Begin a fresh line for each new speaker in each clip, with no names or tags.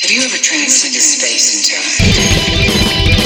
Have you ever transcended space and time?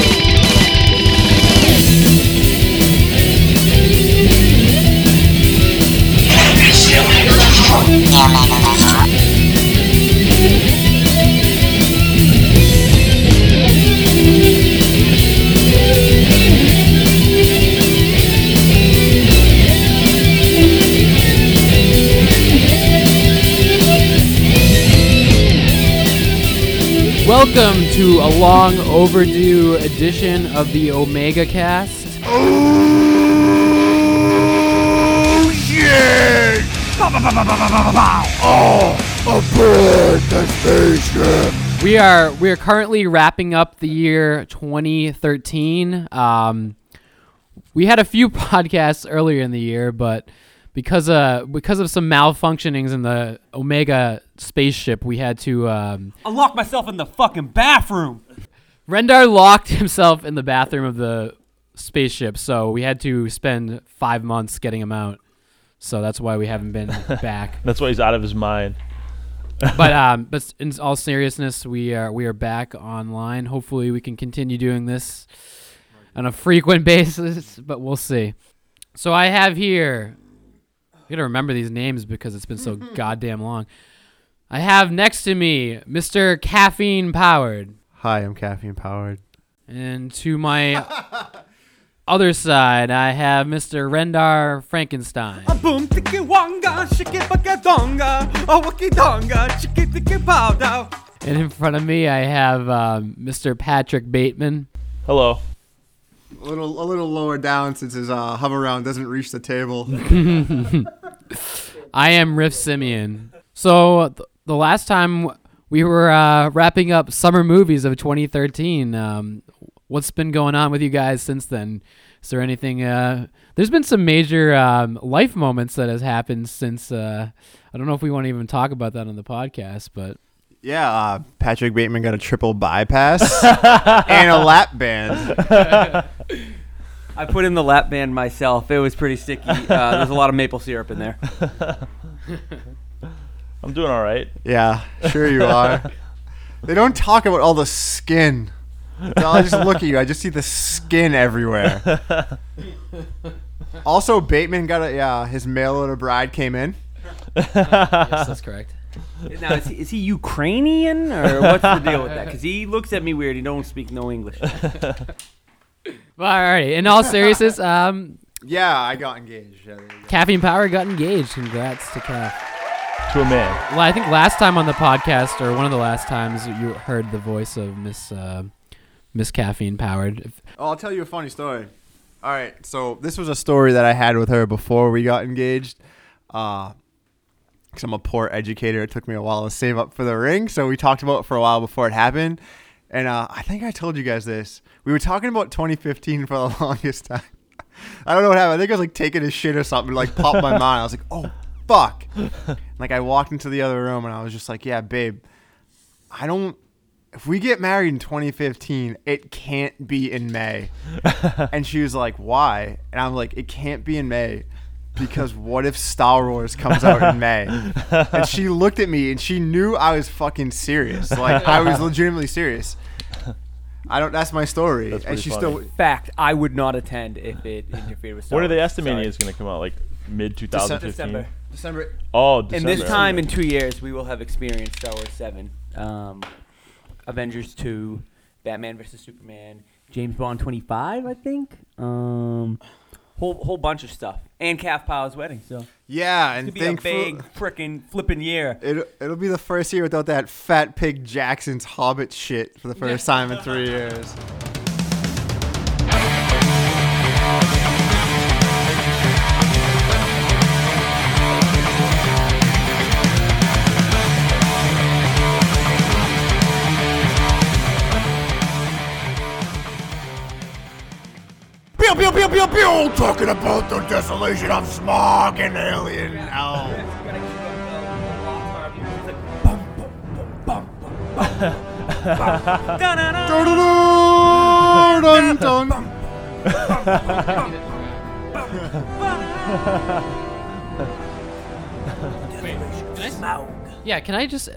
Welcome to a long overdue edition of the Omega Cast. We are we are currently wrapping up the year 2013. Um, we had a few podcasts earlier in the year, but because uh because of some malfunctionings in the Omega spaceship, we had to um,
I locked myself in the fucking bathroom.
Rendar locked himself in the bathroom of the spaceship, so we had to spend five months getting him out. So that's why we haven't been back.
That's why he's out of his mind.
But um, but s- in all seriousness, we are we are back online. Hopefully, we can continue doing this on a frequent basis. But we'll see. So I have here. I gotta remember these names because it's been so goddamn long. I have next to me Mr. Caffeine Powered.
Hi, I'm caffeine powered.
And to my other side, I have Mr. Rendar Frankenstein.
Boom tiki wonga, shiki baka donga, a wiki donga, chiki tiki powder.
And in front of me, I have um, Mr. Patrick Bateman.
Hello.
A little, a little lower down since his uh, hover round doesn't reach the table.
I am Riff Simeon. So th- the last time we were uh, wrapping up summer movies of 2013, um, what's been going on with you guys since then? Is there anything? Uh, there's been some major um, life moments that has happened since. Uh, I don't know if we want to even talk about that on the podcast, but
yeah, uh, Patrick Bateman got a triple bypass and a lap band.
I put in the lap band myself. It was pretty sticky. Uh, there's a lot of maple syrup in there.
I'm doing all right.
Yeah, sure you are. They don't talk about all the skin. So I just look at you. I just see the skin everywhere. Also, Bateman got a yeah. His mail order bride came in.
yes, that's correct.
Now, is he, is he Ukrainian or what's the deal with that? Because he looks at me weird. He don't speak no English.
Well, all right. In all seriousness, um,
Yeah, I got engaged. Yeah, there you go.
Caffeine Power got engaged. Congrats to Caff.
To a man.
Well, I think last time on the podcast, or one of the last times, you heard the voice of Miss uh, Miss Caffeine Powered.
Oh, I'll tell you a funny story. All right, so this was a story that I had with her before we got engaged. Because I'm a poor educator, it took me a while to save up for the ring. So we talked about it for a while before it happened. And uh, I think I told you guys this. We were talking about 2015 for the longest time. I don't know what happened. I think I was like taking a shit or something. Like popped my mind. I was like, oh fuck. like I walked into the other room and I was just like, yeah, babe. I don't. If we get married in 2015, it can't be in May. and she was like, "Why?" And I'm like, "It can't be in May." Because what if Star Wars comes out in May? And she looked at me and she knew I was fucking serious. Like I was legitimately serious. I don't. That's my story.
That's
and
pretty
she
funny.
still.
Fact, I would not attend if it interfered with. Star
When are they
Wars.
estimating
Sorry.
it's going to come out? Like mid 2015?
December.
December.
Oh, December.
And this time in two years, we will have experienced Star Wars 7, um, Avengers 2, Batman vs. Superman, James Bond 25, I think. Um, whole whole bunch of stuff. And Calf Powell's wedding. So it's
Yeah,
going to
and
be a
thankful.
big frickin' flippin' year.
It'll, it'll be the first year without that fat pig Jackson's Hobbit shit for the first time in three years. Pew, pew, pew, pew, pew! Talking about the desolation of smog and alien hell. Dun, dun, dun.
Yeah, can I just?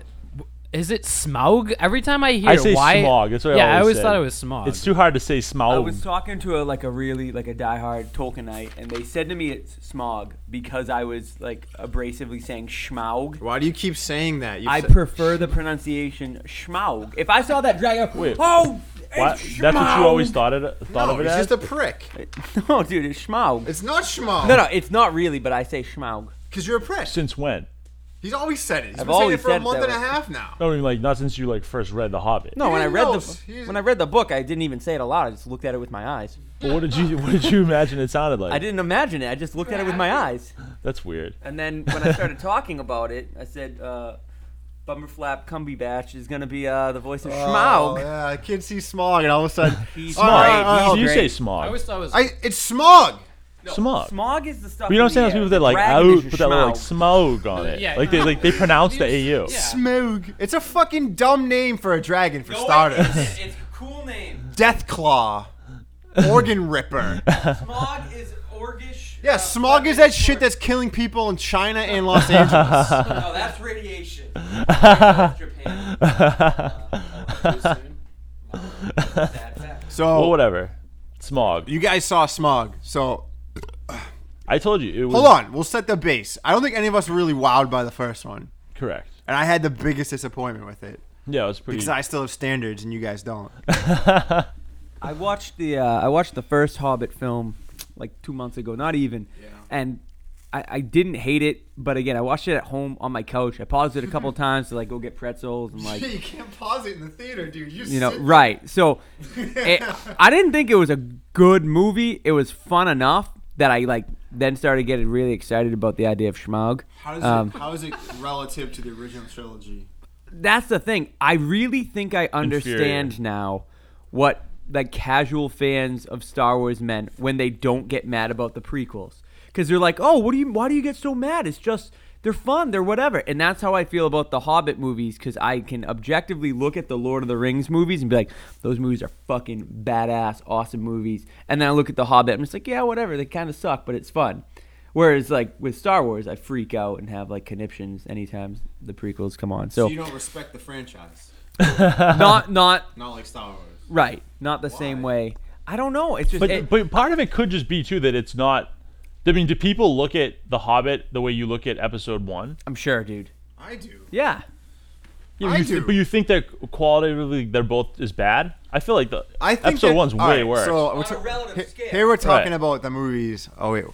Is it Smaug? Every time I hear
I
it,
say
why?
smog. That's what I
yeah, I always
said.
thought it was smog.
It's too hard to say
I
smog.
was talking to a like a really like a diehard Tolkienite, and they said to me it's smog because I was like abrasively saying schmaug.
Why do you keep saying that? You
I
said-
prefer the pronunciation schmaug. If I saw that dragon,
Wait,
oh, it's
Why- That's what you always
schmaug.
thought it. Thought
no,
of it
it's
as.
just a prick.
No, dude, it's schmaug.
It's not schmo.
no, no, it's not really, but I say schmaug.
because you're a prick.
Since when?
He's always said it. He's
I've
been saying
always
it for a
said it
month
that
and a
way.
half now.
No, I mean, like not since you like first read The Hobbit.
No, when I
He
read
knows.
the
He's-
when I read the book, I didn't even say it aloud. I just looked at it with my eyes.
But what did you What did you imagine it sounded like?
I didn't imagine it. I just looked at it with my eyes.
That's weird.
And then when I started talking about it, I said, uh, "Bummerflap Cumbybatch is gonna be uh, the voice of
Oh,
Schmaug."
yeah, I can see smog, and all of a sudden,
He's
All right,
great.
all
So
right,
Uh, you
great.
say
I
smog.
always thought it was.
I it's smog.
smog.
Smog is the stuff.
We
in
don't
the
understand those
air.
people
The
that like
dragon
out,
is your
but that are like
Schmaug.
smog on it.
Yeah.
like they like they pronounce the au.
Yeah.
Smog. It's a fucking dumb name for a dragon, for starters.
It's a cool name.
Death Claw. Organ Ripper.
Smog is orgish.
Yeah, smog is that shit that's killing people in China and Los Angeles.
No, Oh, that's radiation. Japan.
So
Well, Oh, whatever. Smog.
Oh. you guys saw smog. So
I told you. It was
hold on, we'll set the base. I don't think any of us were really wowed by the first one,
Correct.
and I had the biggest disappointment with it
Yeah, it was pretty.
because I still have standards and you guys don't.
I watched the uh, I watched the first Hobbit film like two months ago, not even, and I, I didn't hate it. But again, I watched it at home on my couch. I paused it a couple times to like go get pretzels and like
you can't pause it in the theater, dude.
you know right. So it, I didn't think it was a good movie. It was fun enough that I like then started getting really excited about the idea of Schmaug.
How is,
Um,
it, how is it relative to the original trilogy?
that's the thing. I really think I understand
Inferior.
now what the casual fans of Star Wars meant when they don't get mad about the prequels. Because they're like, oh, what do you? Why do you get so mad? It's just they're fun, they're whatever. And that's how I feel about the Hobbit movies. Because I can objectively look at the Lord of the Rings movies and be like, those movies are fucking badass, awesome movies. And then I look at the Hobbit and it's like, yeah, whatever. They kind of suck, but it's fun. Whereas like with Star Wars, I freak out and have like conniptions anytime the prequels come on. So,
don't respect the franchise,
not not
not like Star Wars.
right, not the same way. I don't know. It's just
But
it-
but part of it could just be too that it's not. I mean, do people look at The Hobbit the way you look at Episode One?
I'm sure, dude.
I do.
Yeah,
You,
I
you th-
do.
but you think that qualitatively they're both as bad? I feel like the
I think
Episode
that-
One's way
all right,
worse.
So we're
a relative
he-
scale.
Here we're talking
Right.
about the movies. Oh wait,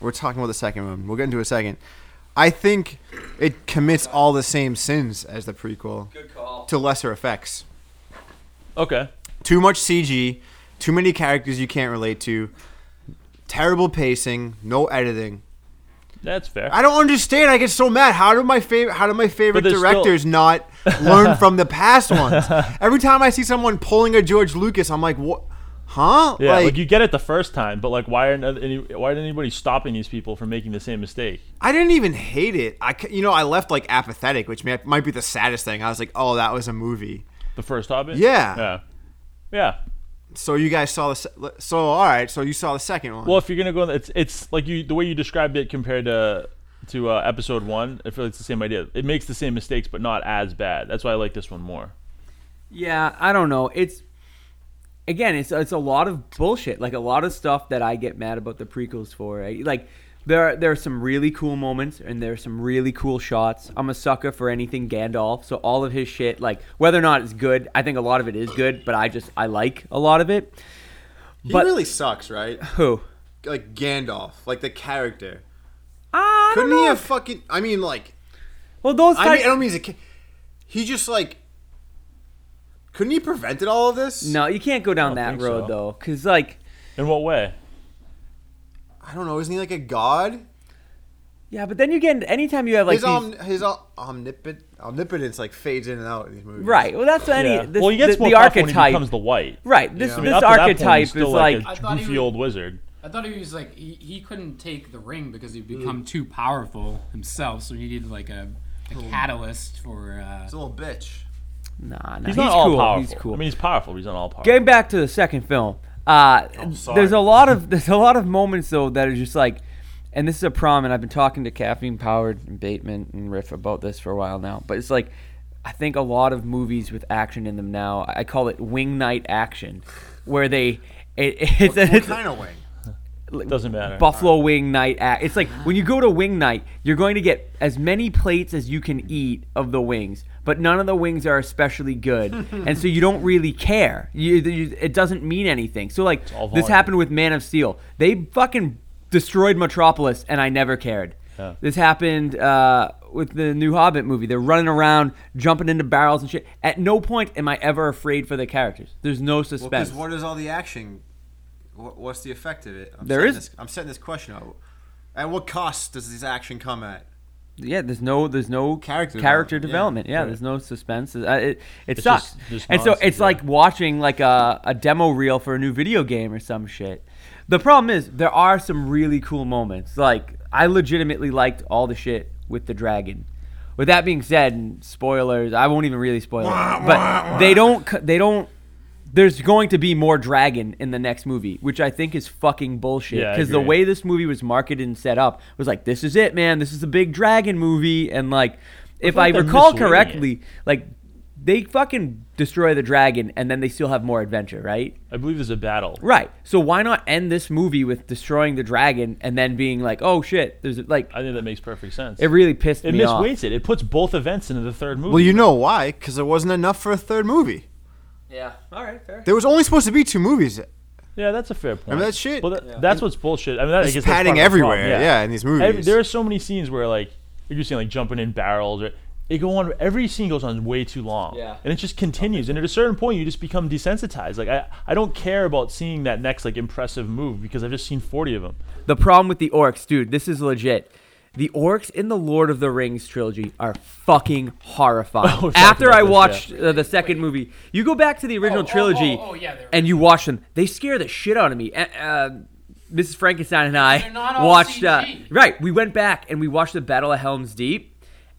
we're talking about the second one. We'll get into it in a second. I think it commits all the same sins as the prequel,
good call.
to lesser effects.
okay.
Too much CG, too many characters you can't relate to, terrible pacing, no editing.
That's fair.
I don't understand. I get so mad. How do my favorite How do my favorite
But there's
directors not learn from the past ones? Every time I see someone pulling a George Lucas, I'm like, what? Huh?
yeah, like, you get it the first time, but like, why aren't any, why are anybody stopping these people from making the same mistake?
I didn't even hate it. I c- you know I left like apathetic, which may, might be the saddest thing. I was like, oh, that was a movie.
The first Hobbit.
Yeah.
Yeah. Yeah.
So you guys saw the se- so all right. So you saw the second one.
Well, if you're gonna go, it's it's like you the way you described it compared to to uh, episode one. I feel it's the same idea. It makes the same mistakes, but not as bad. That's why I like this one more.
Yeah, I don't know. It's again, it's it's a lot of bullshit. Like a lot of stuff that I get mad about the prequels for. right? Like there are, there are some really cool moments and there are some really cool shots. I'm a sucker for anything Gandalf, so all of his shit, like whether or not it's good, I think a lot of it is good, but I just I like a lot of it.
he
but-
really sucks, right?
Who?
Like Gandalf, like the character.
I don't
Couldn't he
know.
have fucking? I mean, like
well, those
I
types,
mean, I don't mean he's a kid. He just like couldn't he prevented all of this?
No, you can't go down
I
that
don't think
road
so.
though, because like,
In what way?
I don't know. Isn't he like a god?
yeah, but then you get anytime you have like
His
these,
om- his om- omnipot- omnipotence like fades in and out in these movies.
right. Well, that's any.
yeah.
This,
well, he gets
the,
more
the
tough when he
archetype.
becomes the white.
right. This
Yeah. I mean,
I mean,
this
up to that point, he's
archetype
still
is like,
I
a
thought he
goofy
was-
old wizard.
I thought he was like he, he couldn't take the ring because he'd
Mm.
become too powerful himself, so he needed like a, a catalyst for. Uh,
He's a little bitch.
nah, nah.
He's, not all
cool.
powerful.
He's cool.
I mean, he's powerful. but He's not all powerful.
Getting back to the second film, uh,
Oh, sorry.
there's a lot of there's a lot of moments though that are just like, and this is a problem. And I've been talking to Caffeine Powered and Bateman and Riff about this for a while now, but it's like I think a lot of movies with action in them now. I call it wing night action, where they it, it's,
What,
it's
kind of wing?
Doesn't matter.
buffalo wing night. Act. It's like when you go to wing night, you're going to get as many plates as you can eat of the wings, but none of the wings are especially good, and so you don't really care. You, you, it doesn't mean anything. So like
all
this
volume.
happened with Man of Steel. They fucking destroyed Metropolis, and I never cared.
Yeah.
This happened uh, with the new Hobbit movie. They're running around, jumping into barrels and shit. At no point am I ever afraid for the characters. There's no
Well, because
suspense.
what is all the action? What, what's the effect of it? I'm
There
setting
is-
This, I'm setting this question up. At what cost does this action come at?
yeah, there's no there's no
Character
character
development,
development. Yeah,
right.
there's no suspense. Uh, it it
It's
sucks.
just- just
and so
nonsense,
it's
yeah.
like watching like a, a demo reel for a new video game or some shit. The problem is there are some really cool moments. Like I legitimately liked all the shit with the dragon. With that being said, and spoilers, I won't even really spoil it. But they don't c- they don't there's going to be more dragon in the next movie, which I think is fucking bullshit.
Yeah, I
Because the
agree.
way way this movie was marketed and set up was like this is it man this is the big dragon movie and like if
like
i
they're
recall
misleading
correctly like they fucking destroy the dragon and then they still have more adventure right
I believe there's a battle.
right so why not end this movie with destroying the dragon and then being like oh shit there's like
I think that makes perfect sense.
it really pissed
it
me off
misweights it. It puts both events into the third movie.
Well, you know why? Because there wasn't enough for a third movie.
yeah all right fair
There was only supposed to be two movies.
Yeah, that's a fair point.
mean, that shit-
Well, that, that's what's bullshit. I mean, that, I
It's
guess that's
padding
part of the problem,
everywhere, yeah, in these movies.
Every- there are so many scenes where like you're just saying like jumping in barrels or it go on. Every scene goes on way too long.
Yeah.
and it just continues. And at a certain point, you just become desensitized. Like I, I don't care about seeing that next like impressive move because I've just seen forty of them.
The problem with the orcs, dude, this is legit. The orcs in the Lord of the Rings trilogy are fucking horrifying.
we've talked
After
about
I
this,
watched uh, the second movie, you go back to the original
Oh, oh, oh,
trilogy
oh, yeah, they're-
and you watch them. They scare the shit out of me. Uh, uh, Mrs. Frankenstein and I
They're not all
watched. Uh,
CG.
right, we went back and we watched the Battle of Helm's Deep,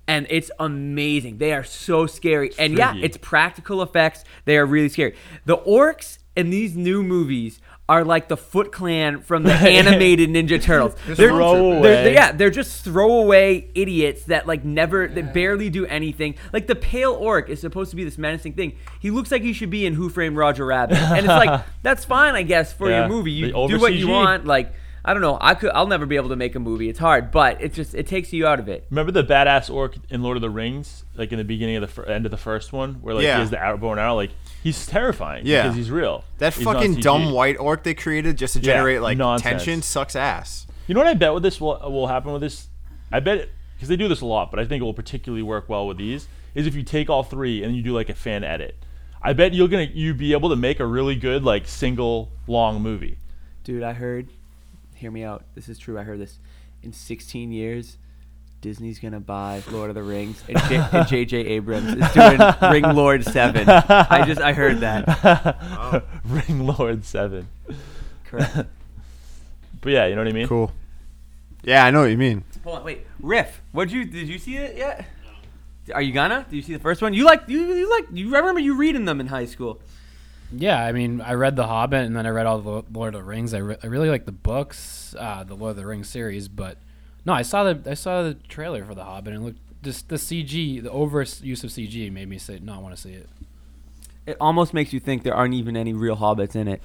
and it's amazing. They are so scary, and yeah,
freaky.
it's practical effects. They are really scary. The orcs in these new movies are like the Foot Clan from the animated Ninja Turtles. they're,
Throwaway.
they're- they're- yeah, they're just throwaway idiots that like never, that barely do anything. Like the pale orc is supposed to be this menacing thing. He looks like he should be in Who Framed Roger Rabbit, and it's like that's fine, I guess, for
Yeah,
your movie. You
they
do what you
over-CG.
want. Like I don't know, I could, I'll never be able to make a movie. It's hard, but it just it takes you out of it.
Remember the badass orc in Lord of the Rings, like in the beginning of the fir- end of the first one, where like
Yeah.
he has the arrow and arrow. Like he's terrifying.
Yeah.
because he's real.
That
He's not
fucking
CG.
dumb white orc they created just to
Yeah,
generate like
nonsense.
tension sucks ass.
You know what I bet with this will, will happen with this? I bet because they do this a lot, but I think it will particularly work well with these is if you take all three and you do like a fan edit. I bet you're gonna you be able to make a really good like single long movie.
Dude, I heard. Hear me out. This is true. I heard this. In 16 years, Disney's gonna buy Lord of the Rings, and J- and J.J. Abrams is doing Ring Lord Seven. I just I heard that.
Ring Lord Seven.
Correct.
But yeah, you know what I mean.
Cool. Yeah, I know what you mean.
Hold on, wait. Riff, what you did you see it yet? Are you gonna? Did you see the first one? You like you, you like you I remember you reading them in high school.
Yeah, I mean, I read The Hobbit and then I read all the Lo- Lord of the Rings. I, re- I really like the books, uh, the Lord of the Rings series, but no, I saw the I saw the trailer for The Hobbit and it looked just the CG, the overuse of CG made me say no, I want to see it.
It almost makes you think there aren't even any real hobbits in it.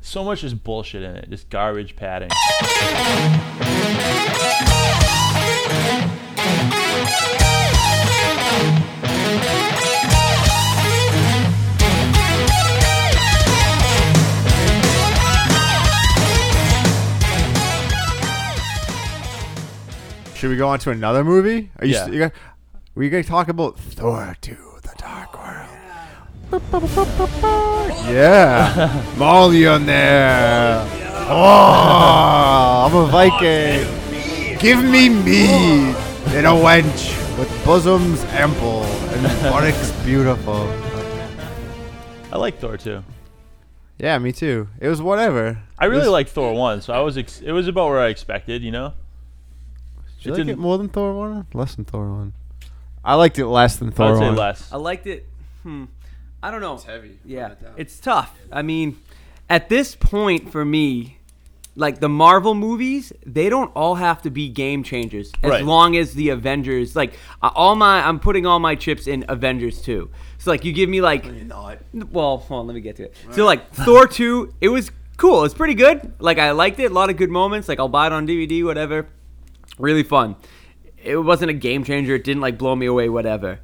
So much just bullshit in it, just garbage padding.
Should we go on to another movie? Are you,
Yeah.
st- you got, we gonna talk about Thor 2, The Dark World. Yeah. Molly on there. Oh, I'm a Viking. Give me mead and a wench with bosoms ample and buttocks beautiful.
I like Thor too.
Yeah, me too. It was whatever.
I really
This-
like Thor one, so I was ex- it was about where I expected, you know.
Did
it
you like it
didn't-
more than Thor 1? Less than Thor 1. I liked it less than
I
Thor
would
1.
say less.
I liked it. Hmm. I don't know. It's
heavy,
Yeah.
without a doubt.
It's tough. I mean, at this point for me, like the Marvel movies, they don't all have to be game changers as
Right.
long as the Avengers. Like uh, all my, I'm putting all my chips in Avengers two. So like you give me like,
not.
well, hold on, let me get to it. So like Thor two, it was cool. It's pretty good. Like I liked it. A lot of good moments. Like I'll buy it on DVD, whatever. Really fun. It wasn't a game changer. It didn't like blow me away, whatever.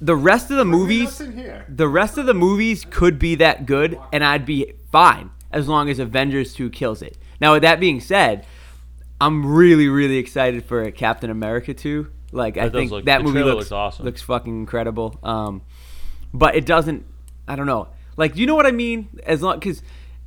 The rest of the movies,
nothing here.
the rest of the movies could be that good, and I'd be fine as long as Avengers 2 kills it. Now, with that being said, I'm really, really excited for Captain America 2. Like, I
That does
think
look-
that
the
movie
trailer
looks,
looks awesome.
looks fucking incredible. Um, but it doesn't. I don't know. Like, you know what I mean? As long because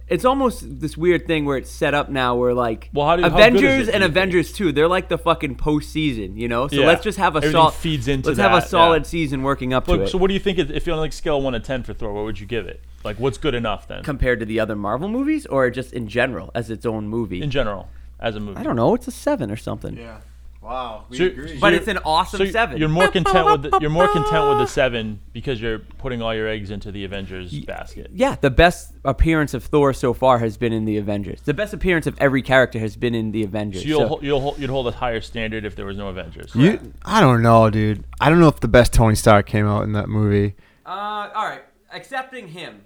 it's almost this weird thing where it's set up now, where like
Well, how do- how good is
Avengers
it, do
and
you think?
Avengers 2, they're like the fucking postseason, you know. So
Yeah.
let's just have a
Everything
solid
feeds into
Let's have
that,
a
yeah.
solid season working up to
Look,
it.
so what do you think? If if you're on like scale one to ten for Thor, what would you give it? Like, what's good enough then?
compared to the other Marvel movies, or just in general as its own movie?
in general, as a movie.
I don't know. It's a seven or something.
Yeah. Wow. We
So-
agree.
But
you're-
it's an awesome
so y-
seven.
You're more content with the, you're more content with the seven because you're putting all your eggs into the Avengers basket.
yeah, the best appearance of Thor so far has been in the Avengers. The best appearance of every character has been in the Avengers.
So you'll
so-
hol- you'll hol- you'd hold a higher standard if there was no Avengers.
You, I don't know, dude. I don't know if the best Tony Stark came out in that movie.
uh, all right, accepting him,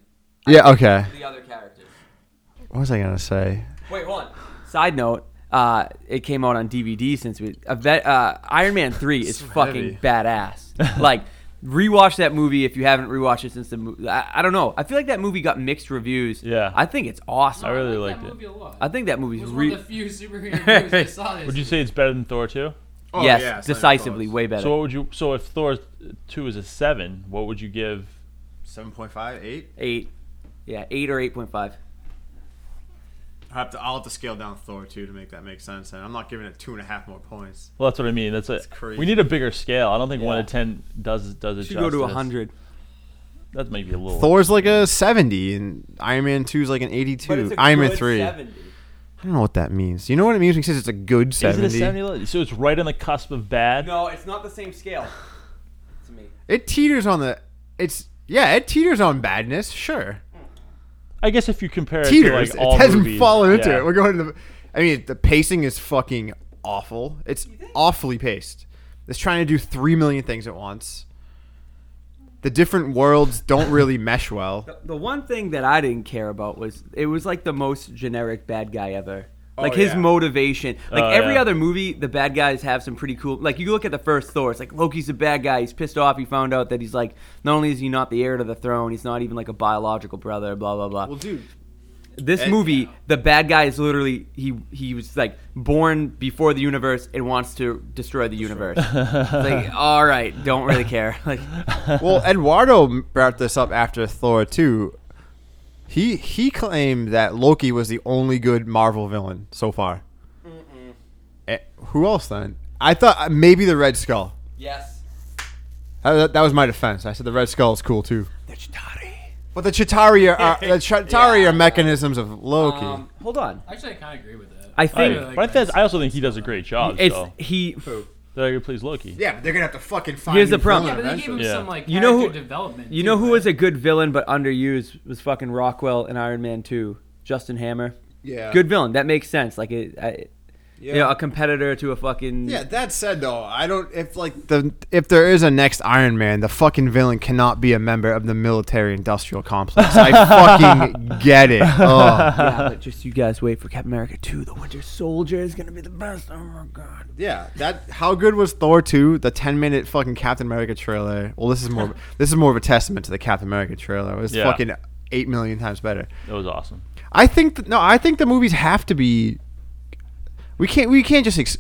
Yeah, okay.
the other characters.
What was I gonna say?
Wait, one. Side note. Uh, it came out on DVD since we. Ave- uh, Iron Man Three is fucking
heavy.
badass. like, rewatch that movie if you haven't rewatched it since the movie. I, I don't know. I feel like that movie got mixed reviews.
Yeah.
I think it's awesome.
I really liked
that
it.
movie a lot.
I think that movie's
it was
re-
one of the few superhero movies I saw this.
Would you say it's better than Thor two?
Oh,
yes, decisively way better.
So what would you? So if Thor two is a seven, what would you give?
Seven point five, eight.
eight, yeah, eight or eight point five.
I have to. I'll have to scale down Thor too to make that make sense. And I'm not giving it two and a half more points.
Well, that's what I mean. That's, it.
crazy.
We need a bigger scale. I don't think one
Yeah.
to ten does does it.
Should go to
justice.
hundred.
That might be a little.
Thor's like a seventy, and Iron Man two is like an eighty-two. Iron Man three. I don't know what that means. You know what it means when he says it's a good
is
seventy.
it a seventy? So it's right on the cusp of bad.
No, it's not the same scale. To me,
It teeters on the. It's yeah. It teeters on badness. Sure.
I guess if you compare
Teeters.
it to like all
it hasn't
movies,
fallen into
yeah.
it. We're going to the. I mean, the pacing is fucking awful. It's awfully paced. It's trying to do three million things at once. The different worlds don't really mesh well.
the, the one thing that I didn't care about was it was like the most generic bad guy ever. Like his
Oh, yeah.
motivation, like
Oh,
every
yeah.
other movie, the bad guys have some pretty cool. Like you look at the first Thor, it's like Loki's a bad guy. He's pissed off. He found out that he's like not only is he not the heir to the throne, he's not even like a biological brother. Blah blah blah.
dude,
this
And-
movie, the bad guy is literally he he was like born before the universe and wants to destroy the universe. It's like, all right, don't really care. Like,
well, Eduardo m- brought this up after Thor too. He he claimed that Loki was the only good Marvel villain so far. Eh, who else then? I thought uh, maybe the Red Skull.
yes,
Uh, That, that was my defense. I said the Red Skull is cool too.
the Chitauri.
But the Chitauri are are- the Chitauri are mechanisms of Loki.
Um, hold on,
Actually, I kind of agree with that.
I
I,
think
like
but I,
that.
think- I also think he does a great job.
it's
so.
he.
That I could please Loki.
yeah, but they're gonna have to fucking find.
Here's
new
the problem.
yeah,
villain
but they gave him
eventually.
Yeah.
some like
You know who-
character development.
You
too,
know who
right?
was a good villain but underused was fucking Rockwell in Iron Man Two, Justin Hammer.
Yeah.
Good villain. That makes sense. Like it, I,
Yeah.
you know, a competitor to a fucking
Yeah, that said though, I don't if like the if there is a next Iron Man, the fucking villain cannot be a member of the military industrial complex. I fucking get it. Oh.
yeah, but just you guys wait for Captain America 2. The Winter Soldier is going to be the best. Oh my god.
Yeah, that how good was Thor 2, the 10-minute fucking Captain America trailer. Well, this is more this is more of a testament to the Captain America trailer. It was
Yeah.
fucking 8 million times better.
That was awesome.
I think th- no, I think the movies have to be. We can't we can't just ex-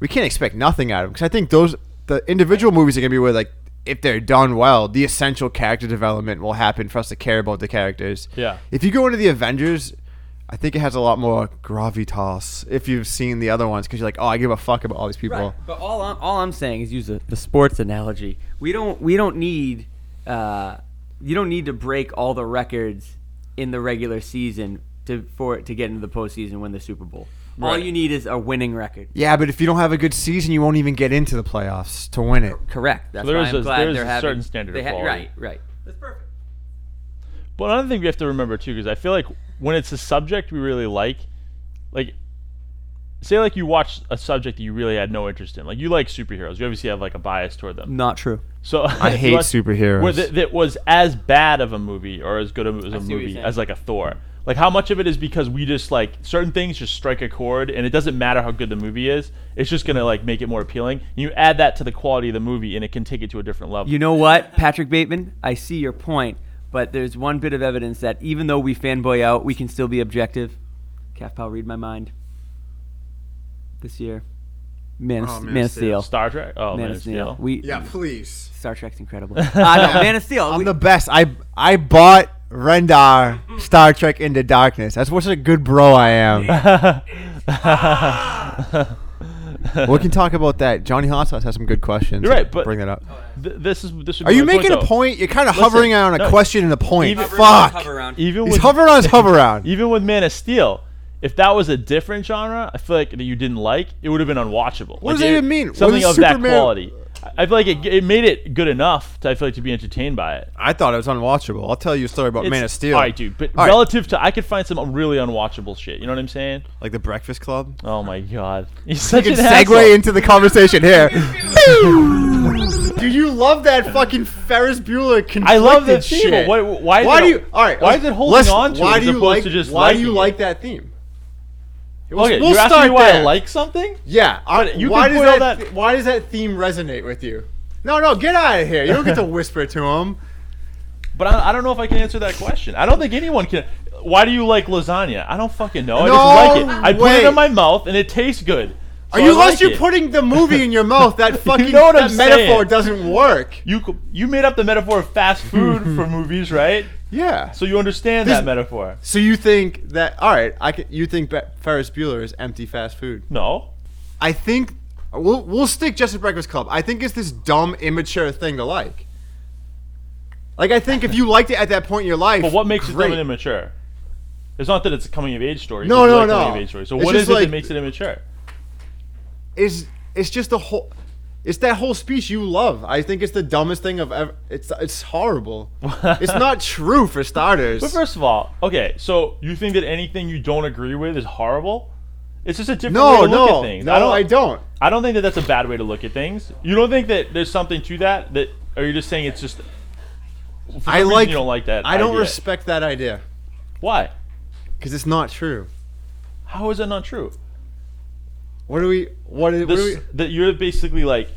we can't expect nothing out of them because I think those the individual movies are gonna be where like if they're done well, the essential character development will happen for us to care about the characters.
Yeah.
If you go into the Avengers. I think it has a lot more gravitas if you've seen the other ones because you're like, oh, I give a fuck about all these people.
Right. But all I'm, all I'm saying is use the, the sports analogy. We don't we don't need uh, you don't need to break all the records in the regular season to for it to get into the postseason and win the Super Bowl. All
Right.
you need is a winning record.
Yeah, but if you don't have a good season, you won't even get into the playoffs to win it.
Correct. That's
there
why
is
I'm
a-
glad
there is
they're
a
having
certain standard
they
of
ha-
quality.
Right, right. That's perfect.
But another thing we have to remember too, because I feel like when it's a subject we really like, like say like you watch a subject that you really had no interest in like you like superheroes you obviously have like a bias toward them
Not true.
so
I hate superheroes.
where th- that was as bad of a movie or as good of as a
see what you're
movie
saying.
as like a thor like how much of it is because we just like certain things just strike a chord and it doesn't matter how good the movie is it's just gonna like make it more appealing you add that to the quality of the movie and it can take it to a different level
You know what, Patrick Bateman? I see your point, but there's one bit of evidence that even though we fanboy out, we can still be objective. Calf Pal, read my mind. This year, Man, of,
Oh,
S- Man of Steel.
star trek oh
Man of Steel.
We-
We
Yeah, please.
Star Trek's incredible. uh, no, Man of Steel.
I'm
we-
the best. I I bought Rendar Star Trek Into Darkness. That's what a good bro I am. we can talk about that. Johnny Hotsauce has some good questions.
You're right, but-
bring that up.
th- this is this would
Are
be
you
my
making a
though.
point? You're kind of hovering on a
no.
question and a point.
Even-
Fuck.
even
He's
with
hovering on his hover around.
even with Man of Steel, if that was a different genre, I feel like that you didn't like, it would have been unwatchable. What
does that even mean?
Something
Wasn't
of that
Superman-
quality. I- I feel like it, it made it good enough to I feel like to be entertained by it.
I thought it was unwatchable. I'll tell you a story about Man of
It's-
Steel.
All right, dude. But
All right.
relative to, I could find some really unwatchable shit. You know what I'm saying?
Like the Breakfast Club.
Oh my god, he's such
can
an
segue
asshole.
into the conversation here. Dude, you love that fucking Ferris Bueller conflicted
I love that theme.
shit.
but Why, why, is
why
it,
do you? All right,
Why is it holding
let's-
on to
Why
it
do
as
you
opposed
like?
to just
why do you
liking
like
it?
that theme? We'll-
Okay,
we'll
you're asking me
start
why I
there.
like something?
Yeah, I-
But you
why
can
does
put all
that,
that-
th- Why does that theme resonate with you? No, no, get out of here. You don't get to whisper to him.
But I, I don't know if I can answer that question. I don't think anyone can. Why do you like lasagna? I don't fucking know. I just
No
like it. I put
way.
it in my mouth and it tastes good. So
Are you
I
unless
like
you're
it.
putting the movie in your mouth? That fucking
know what
that
I'm
metaphor
saying.
doesn't work.
You c- you made up the metaphor of fast food for movies, right?
Yeah.
So you understand
This-
that metaphor.
So you think that all right? I can, you think that Ferris Bueller is empty fast food?
No.
I think we'll we'll stick just to Breakfast Club. I think it's this dumb, immature thing to like. Like I think if you liked it at that point in your life,
But what makes it
great.
dumb and immature? It's not that it's a coming of age story.
No,
'cause you
no,
like
no.
Coming of age story. So
It's
what
just
is it
like-
that makes it immature?
Is it's just the whole. It's that whole speech you love. I think it's the dumbest thing I've ever. It's it's horrible. it's not true for starters.
But first of all, okay, so you think that anything you don't agree with is horrible? It's just a different way
no,
to look at
no,
things.
no,
I don't.
I don't.
I don't think that that's a bad way to look at things. You don't think that there's something to that? That are you just saying it's just? for some
I
reason
like.
You don't like that.
I don't
idea.
respect that idea
Why?
because it's not true.
How is that not true?
What do we? What, do- what do
This,
we?
that you're basically like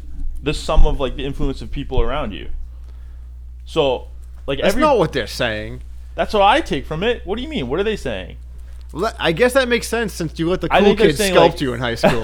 the sum of like the influence of people around you. So, like
That's
every
not what they're saying.
that's what I take from it. What do you mean? What are they saying?
Le- I guess that makes sense since you let the
I
cool
think they're
kids
saying,
sculpt
like-
you in high school.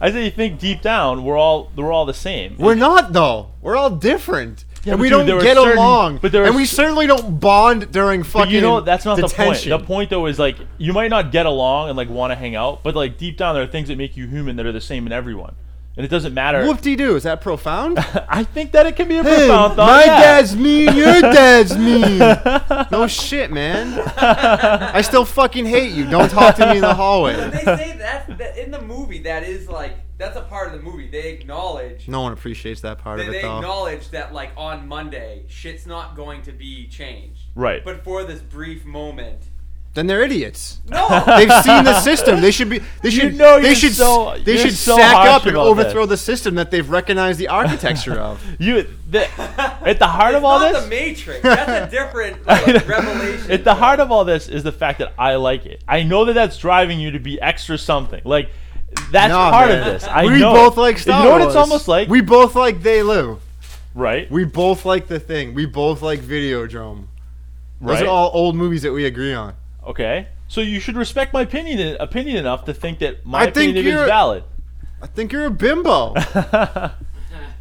I say think deep down we're all we're all the same.
We're not though. We're all different,
Yeah,
and
but
we
dude, there
don't
are
get
certain-
along.
but there are
and we
s-
certainly don't bond during fucking.
But you know that's not
detention.
the point. The point though is like you might not get along and like want to hang out, but like deep down there are things that make you human that are the same in everyone, and it doesn't matter.
Whoop de doo. Is that profound?
I think that it can be a
Hey,
profound thought.
my
yeah.
dad's mean. Your dad's mean. no shit, man. I still fucking hate you. Don't talk to me in the
But
hallway.
they say that's that in the movie. That is like that's a part of the movie. They acknowledge.
No one appreciates that part
They,
of
they
it though.
acknowledge that like on Monday, shit's not going to be changed.
Right.
But for this brief moment,
Then they're idiots.
no.
They've seen the system. They should be. They should.
know
they
you're
should. s-
so-
they
you're
should
so
sack
harsh
up and
about
overthrow the system that they've recognized the architecture of.
You the, at the heart
It's
of all
not
this.
the Matrix. That's a different like, revelation.
At the heart of all this is the fact that I like it. I know that that's driving you to be extra something. Like that's
Nah,
part of
man.
this. I
we
know.
both like Star
You know what it's
Wars.
almost like?
We both like They Live.
right.
We both like The Thing. We both like Videodrome. Those
Right.
are all old movies that we agree on.
okay. So you should respect my opinion opinion enough to think that my
I think
opinion is
you're-
valid.
I think you're a bimbo.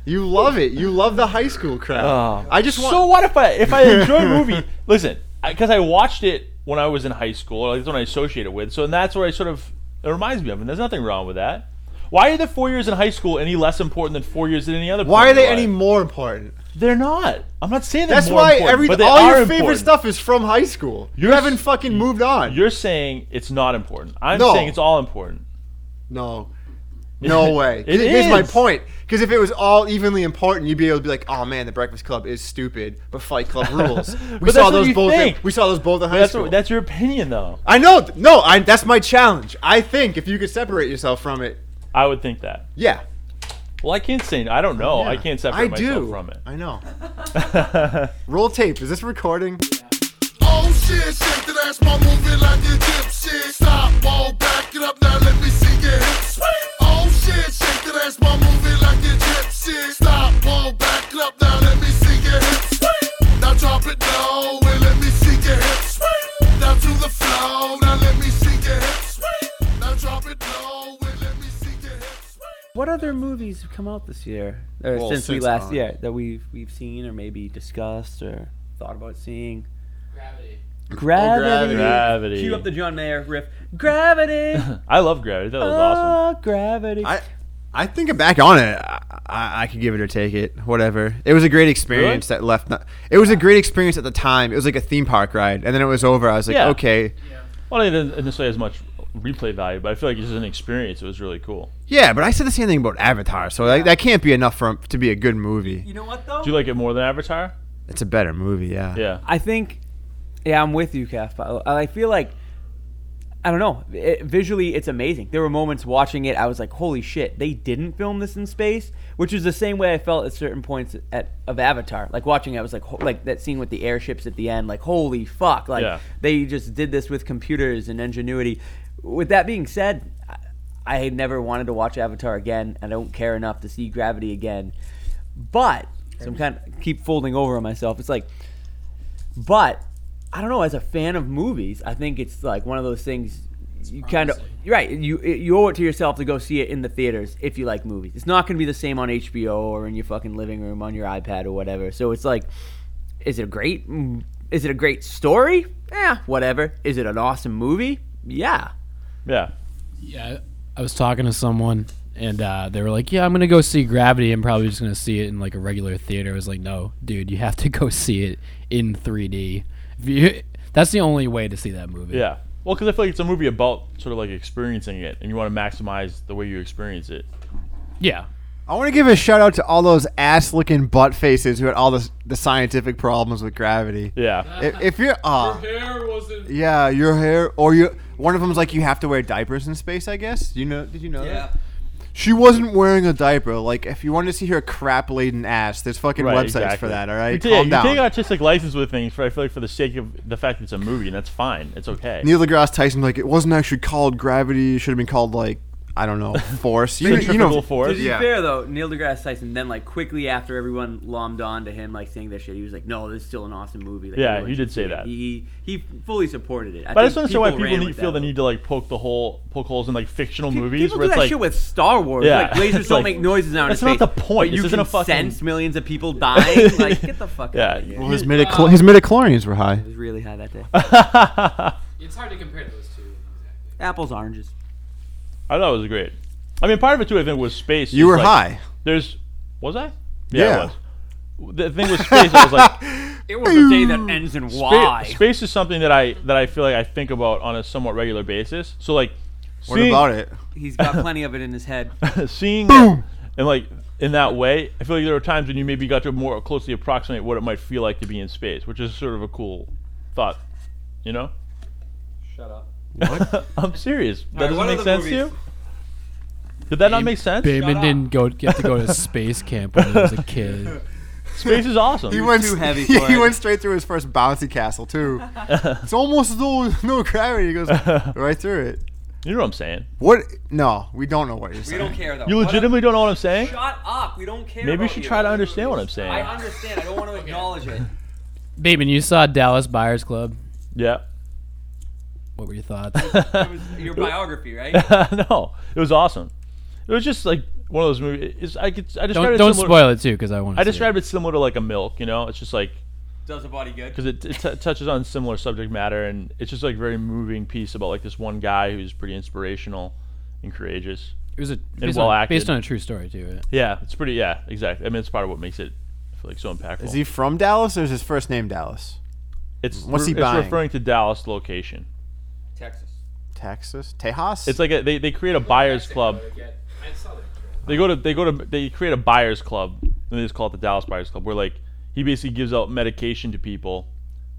you love it. You love the high school crap.
Oh.
I just want.
So what if I if I enjoy a movie? Listen, because I, watched it when I was in high school, or that's when I associate it with. So and that's where I sort of it reminds me of, and there's nothing wrong with that. Why are the four years in high school any less important than four years in any other?
why
point
are
in
they
your
any
life?
more important?
They're not. I'm not saying they're
That's
more
why
important,
every
but they
all
are
your favorite
important.
stuff is from high school. you
You're
haven't
s-
fucking moved on.
You're saying it's not important. I'm
No.
saying it's all important.
no, No way.
It
Here's my
is.
point. Because if it was all evenly important, you'd be able to be like, "Oh man, The Breakfast Club is stupid, but Fight Club rules." We
that's
saw
what
those
you
both. In,
think.
we saw those both in high
That's
school.
what, that's your opinion though.
I know. th- No, I, that's my challenge. I think if you could separate yourself from it,
I would think that.
yeah.
Well, I can't say I don't know. I
Yeah.
can't separate
I
myself
do.
from it.
I know. Roll tape. Is this recording?
Oh shit, shake that ass, my movie like a dipshit. Stop, ball, back it up, now let me see your hips. Oh shit, shake that ass, my movie like a dipshit. Stop, ball, back it up, now let me see your hips. Now drop it low and let me see your hips. Now to the flow, now let me see your hips. Now drop it low and let me see your hips.
What other movies have come out this year, or
Well,
since, we
since
last
on.
yeah that we've we've seen or maybe discussed or thought about seeing? Gravity.
Gravity.
Oh, Gravity.
Cue up the John Mayer riff. Gravity.
I love Gravity. That was awesome.
Ah, Gravity.
I I think back on it, I, I, I could give it or take it, whatever. It was a great experience that left. Not, it was a great experience at the time. It was like a theme park ride, and then it was over. I was like,
Yeah.
okay,
Well, it didn't necessarily as much replay value, but I feel like it's just an experience. It was really cool.
yeah. But I said the same thing about Avatar, so like, that can't be enough for to be a good movie.
You know what though?
Do you like it more than Avatar?
It's a better movie, yeah.
Yeah.
I think, yeah, I'm with you, Kef. I, I feel like, I don't know. It, visually, it's amazing. There were moments watching it, I was like, holy shit, they didn't film this in space, which is the same way I felt at certain points at of Avatar. Like watching, it, I was like, ho- like that scene with the airships at the end, like holy fuck, like
Yeah.
they just did this with computers and ingenuity. With that being said. I, I had never wanted to watch Avatar again. and I don't care enough to see Gravity again, but so I'm kind of keep folding over on myself. It's like but I don't know. As a fan of movies, I think it's like one of those things you kind of you're right. You you owe it to yourself to go see it in the theaters if you like movies. It's not going to be the same on HBO or in your fucking living room on your iPad or whatever. So it's like, is it a great? mm, Is it a great story? Yeah, whatever. Is it an awesome movie? Yeah.
Yeah.
Yeah, I was talking to someone, and uh, they were like, "Yeah, I'm gonna go see Gravity. I'm probably just gonna see it in like a regular theater." I was like, "No, dude, you have to go see it in 3D. If you, that's the only way to see that movie."
Yeah. Well, because I feel like it's a movie about sort of like experiencing it, and you want to maximize the way you experience it.
yeah.
I want to give a shout out to all those ass-looking butt faces who had all this, the scientific problems with gravity.
Yeah.
If, if you're, uh, yeah, your hair or your one of them's like you have to wear diapers in space. I guess you know. Did you know that?
Yeah.
She wasn't wearing a diaper. Like, if you want to see her crap laden ass, there's fucking
Right,
websites
exactly.
for that. All
You,
right,
ta-
calm
you
down.
take artistic license with things, for I feel like for the sake of the fact that it's a movie, and that's fine. It's okay.
Neil deGrasse Tyson, like, it wasn't actually called gravity. It should have been called like I don't know, force. you, you
Centrifugal
know,
force.
To be
Yeah.
fair though, Neil deGrasse Tyson then like quickly after everyone lommed on to him like saying this shit, he was like, "No, this is still an awesome movie." Like,
Yeah,
everyone
he did
should
say
see it.
that.
He he fully supported it.
But I
think
just don't understand why
ran
people need,
with
feel
that.
the need to like poke the hole, poke holes in like fictional
Pe-
movies
People
where
do
it's
that
like
shit with Star Wars.
Yeah,
like lasers
it's
don't
like,
make noises out in
that's
space.
not the point.
But you
This isn't
can
a fucking-
sense millions of people dying. like get the fuck out
yeah.
of here.
well, his midichlor- his midichlorians were high.
It was really high that day.
It's hard to compare those two.
Apples, oranges.
I thought it was great. I mean, part of it too, I think, was space.
You
It's
were
like-
high.
There's, was I?
Yeah.
I was. The thing with space, I was like, spa-
It was a day that ends in
space is something that I that I feel like I think about on a somewhat regular basis. So like,
What
seeing,
about it?
He's got plenty of it in his head.
seeing and like in that way, I feel like there were times when you maybe got to more closely approximate what it might feel like to be in space, which is sort of a cool thought, you know?
Shut up.
I'm serious.
right,
That
what
doesn't make
other
sense to
movies?
you. Did that not make sense?
Bateman
up.
didn't go get to go to space camp when he was a kid.
Space is awesome.
He went
too heavy
He,
for it.
went straight through his first bouncy castle too. it's almost as though there's no gravity. He goes right through it.
You know what I'm saying?
What? No, we don't know what you're
We
saying.
don't care though.
You
What
legitimately don't know what I'm saying?
a- Shut up. We don't care.
Maybe you
about
should try to understand what I'm
I
saying.
understand. I don't want to acknowledge it.
Bateman, you saw Dallas Buyers Club.
Yeah.
What were your thoughts?
It was your biography, right?
no, it was awesome. It was just like one of those movies. It's, I could I described
don't
it
don't
similar-
spoil it too, because I want.
I described it similar to like a milk. You know, it's just like
Does the body good?
because it, it t- touches on similar subject matter and it's just like very moving piece about like this one guy who's pretty inspirational and courageous
It was a based,
well
on,
acted.
based on a true story too. Right?
yeah it's pretty yeah exactly i mean it's part of what makes it I feel like so impactful
Is he from Dallas or is his first name Dallas?
it's,
what's he
it's
buying?
referring to dallas location
Texas.
Texas? Tejas?
it's like a, they, they create a buyers club They go to they go to they create a buyers club and they just call it the Dallas Buyers Club where like he basically gives out medication to people,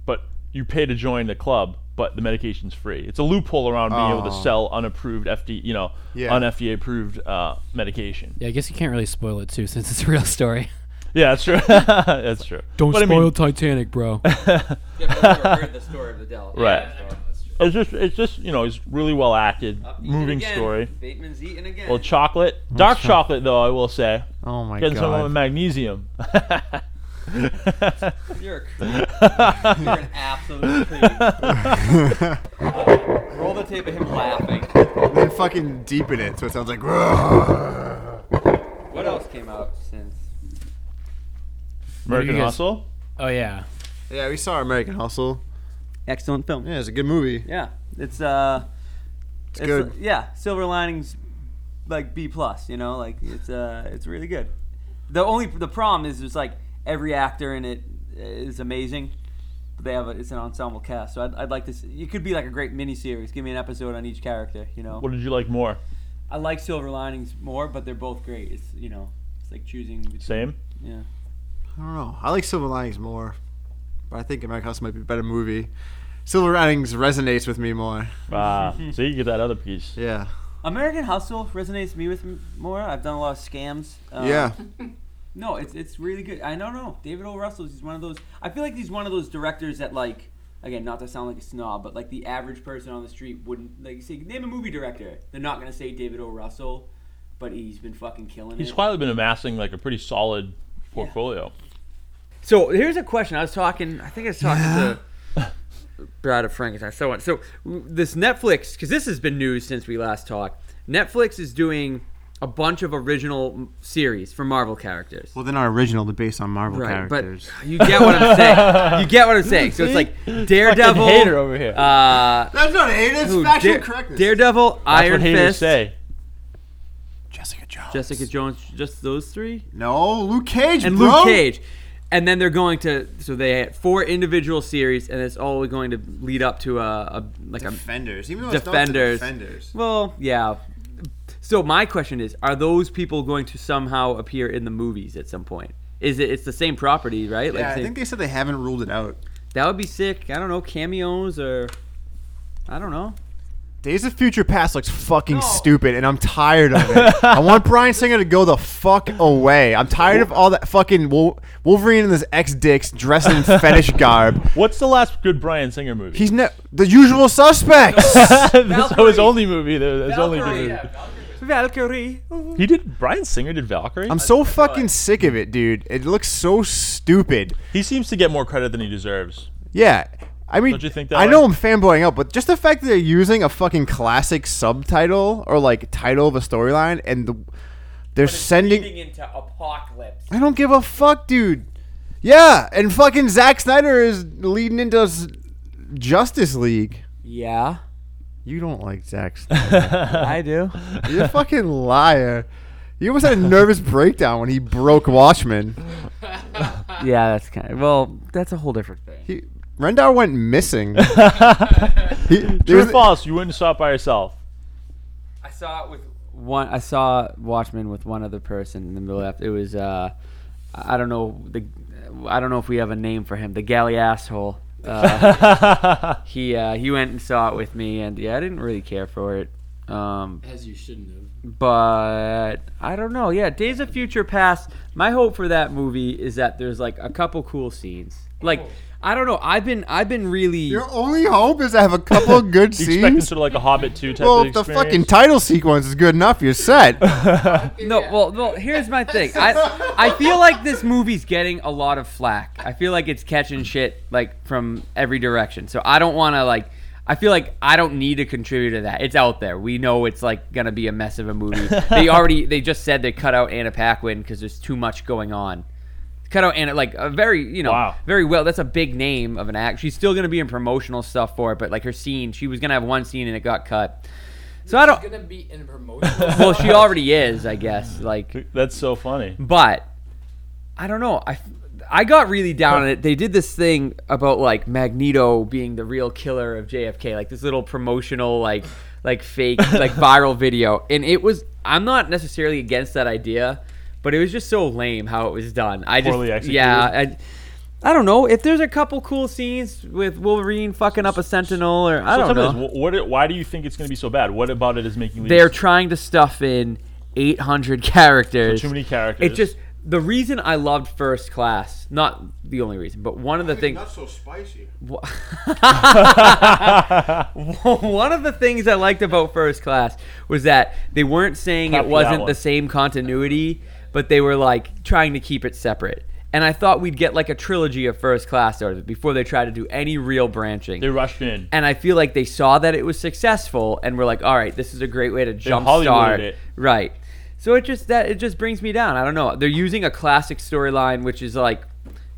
but you pay to join the club, but the medication's free. It's a loophole around being able to
Oh.
sell unapproved FD you know
Yeah.
unFDA approved uh, medication.
Yeah, I guess you can't really spoil it too, since it's a real story.
Yeah, that's true. that's true.
Don't
But I
spoil
mean-
Titanic, bro.
Yeah, but I've never heard the story of the Dallas.
Right.
Buyers Club.
It's just it's just you know it's really well acted,
Up eating
moving
again.
story.
Bateman's eating again.
Well, chocolate, dark chocolate though I will say,
Oh my
getting some of the
god.
magnesium.
You're a creep. You're an absolute creep. Roll the tape of him laughing.
Then fucking deepen it so it sounds like. "Grrr."
What else came out since?
American
guys-
Hustle.
oh yeah,
Yeah, we saw American Hustle.
Excellent film.
Yeah, it's a good movie.
Yeah, it's uh,
It's good.
yeah, Silver Linings, like B plus. You know, like it's uh, it's really good. The only the problem is it's like every actor in it is amazing. But they have a, it's an ensemble cast, so I'd, I'd like to. s It could be like a great miniseries. Give me an episode on each character. You know,
What did you like more?
I like Silver Linings more, but they're both great. It's you know, it's like choosing. Between,
Same.
Yeah.
I don't know. I like Silver Linings more, but I think American Hustle might be a better movie. Silver Linings resonates with me more.
Ah, so you get that other piece.
Yeah.
American Hustle resonates me with m- more. I've done a lot of scams. Um,
yeah.
No, it's it's really good. I don't know. David O. Russell is one of those. I feel like he's one of those directors that like, again, not to sound like a snob, but like the average person on the street wouldn't like say name a movie director. They're not gonna say David O. Russell, but he's been fucking killing
He's
it.
quietly been amassing like a pretty solid portfolio.
so here's a question. I was talking. I think I was talking to Brad of Frankenstein. So on. So w- this Netflix, because this has been news since we last talked. Netflix is doing a bunch of original m- series for Marvel characters.
Well, they're not original. They're based on Marvel
Right,
characters.
but you get what I'm saying. You get what I'm saying. So it's like Daredevil,
Fucking hater over here.
uh,
That's not hate. That's
who,
factual
Dare-
correctness.
Daredevil,
That's
Iron
what haters
Fist,
say.
Jessica Jones.
Jessica Jones, just those three,
No, Luke Cage,
and
bro.
Luke Cage, and then they're going to. So they had four individual series, and it's all going to lead up to a, a like a
Defenders. Even though
Defenders.
it's not the Defenders.
Well, yeah. So my question is, are those people going to somehow appear in the movies at some point? Is it? It's the same property, right?
Yeah, I
same-
think they said they haven't ruled it out.
That would be sick. I don't know, cameos or I don't know.
Days of Future Past looks fucking stupid, and I'm tired of it. I want Brian Singer to go the fuck away. I'm tired of all that fucking Wol- Wolverine and his ex dicks dressed in fetish garb.
What's the last good Brian Singer movie?
He's ne- the usual suspects.
That's his only movie. That, his only good
Valkyrie.
movie.
Valkyrie.
He did. Brian Singer did Valkyrie.
I'm so fucking sick of it, dude. It looks so stupid.
he seems to get more credit than he deserves.
Yeah. I mean,
Don't you think that
I know
way?
I'm fanboying out, but just the fact that they're using a fucking classic subtitle or like title of a storyline and the, they're sending.
into apocalypse.
I don't give a fuck, dude. Yeah, and fucking Zack Snyder is leading into s- Justice League.
Yeah,
You don't like Zack Snyder.
I do.
You're a fucking liar. You almost had a nervous breakdown when he broke Watchmen.
Yeah, that's kind of well. That's a whole different thing.
He, Rendar went missing. He- there
True or
was-
false? You wouldn't saw it by yourself.
I saw it with one. I saw Watchmen with one other person in the middle. Of, it was uh, I don't know the, I don't know if we have a name for him. The galley asshole. Uh, he uh, he went and saw it with me, and yeah, I didn't really care for it. Um,
as you shouldn't have.
but I don't know. Yeah, Days of Future Past. My hope for that movie is that there's like a couple cool scenes. Like I don't know. I've been I've been really
Your only hope is to have a couple of good
You expect it
scenes.
sort of like a Hobbit two type
Well,
of
if the
experience.
fucking title sequence is good enough, you're set.
no. Well, well, here's my thing. I I feel like this movie's getting a lot of flack. I feel like it's catching shit like from every direction. So I don't want to like. I feel like I don't need to contribute to that. It's out there. We know it's like gonna be a mess of a movie. they already they just said they cut out Anna Paquin because there's too much going on. Cut out Anna like a very you know
Wow.
very well. That's a big name of an act. She's still gonna be in promotional stuff for it, but like her scene, she was gonna have one scene and it got cut. So I don't.
gonna be in promotion.
Well, she already is, I guess. Like
That's so funny.
but I don't know. I I got really down on it. They did this thing about like Magneto being the real killer of JFK, like this little promotional like like fake like viral video, and it was. I'm not necessarily against that idea, but it was just so lame how it was done. I just
Poorly executed.
yeah. I, I don't know if there's a couple cool scenes with Wolverine fucking up a Sentinel, or I
So
don't
tell me this,
know.
wh- What? Why do you think it's going to be so bad? What about it is making?
They're
leads?
trying to stuff in 800 characters.
So too many characters.
It just the reason I loved First Class, not the only reason, but one of the things.
so spicy.
one of the things I liked about First Class was that they weren't saying
Copy
it
that
wasn't
one.
the same continuity, but they were like trying to keep it separate. And I thought we'd get like a trilogy of First Class out of it before they try to do any real branching.
they rushed in.
and I feel like they saw that it was successful and were like, "All right, this is a great way to jumpstart."
Hollywooded it.
Right. So it just that it just brings me down. I don't know. They're using a classic storyline, which is like,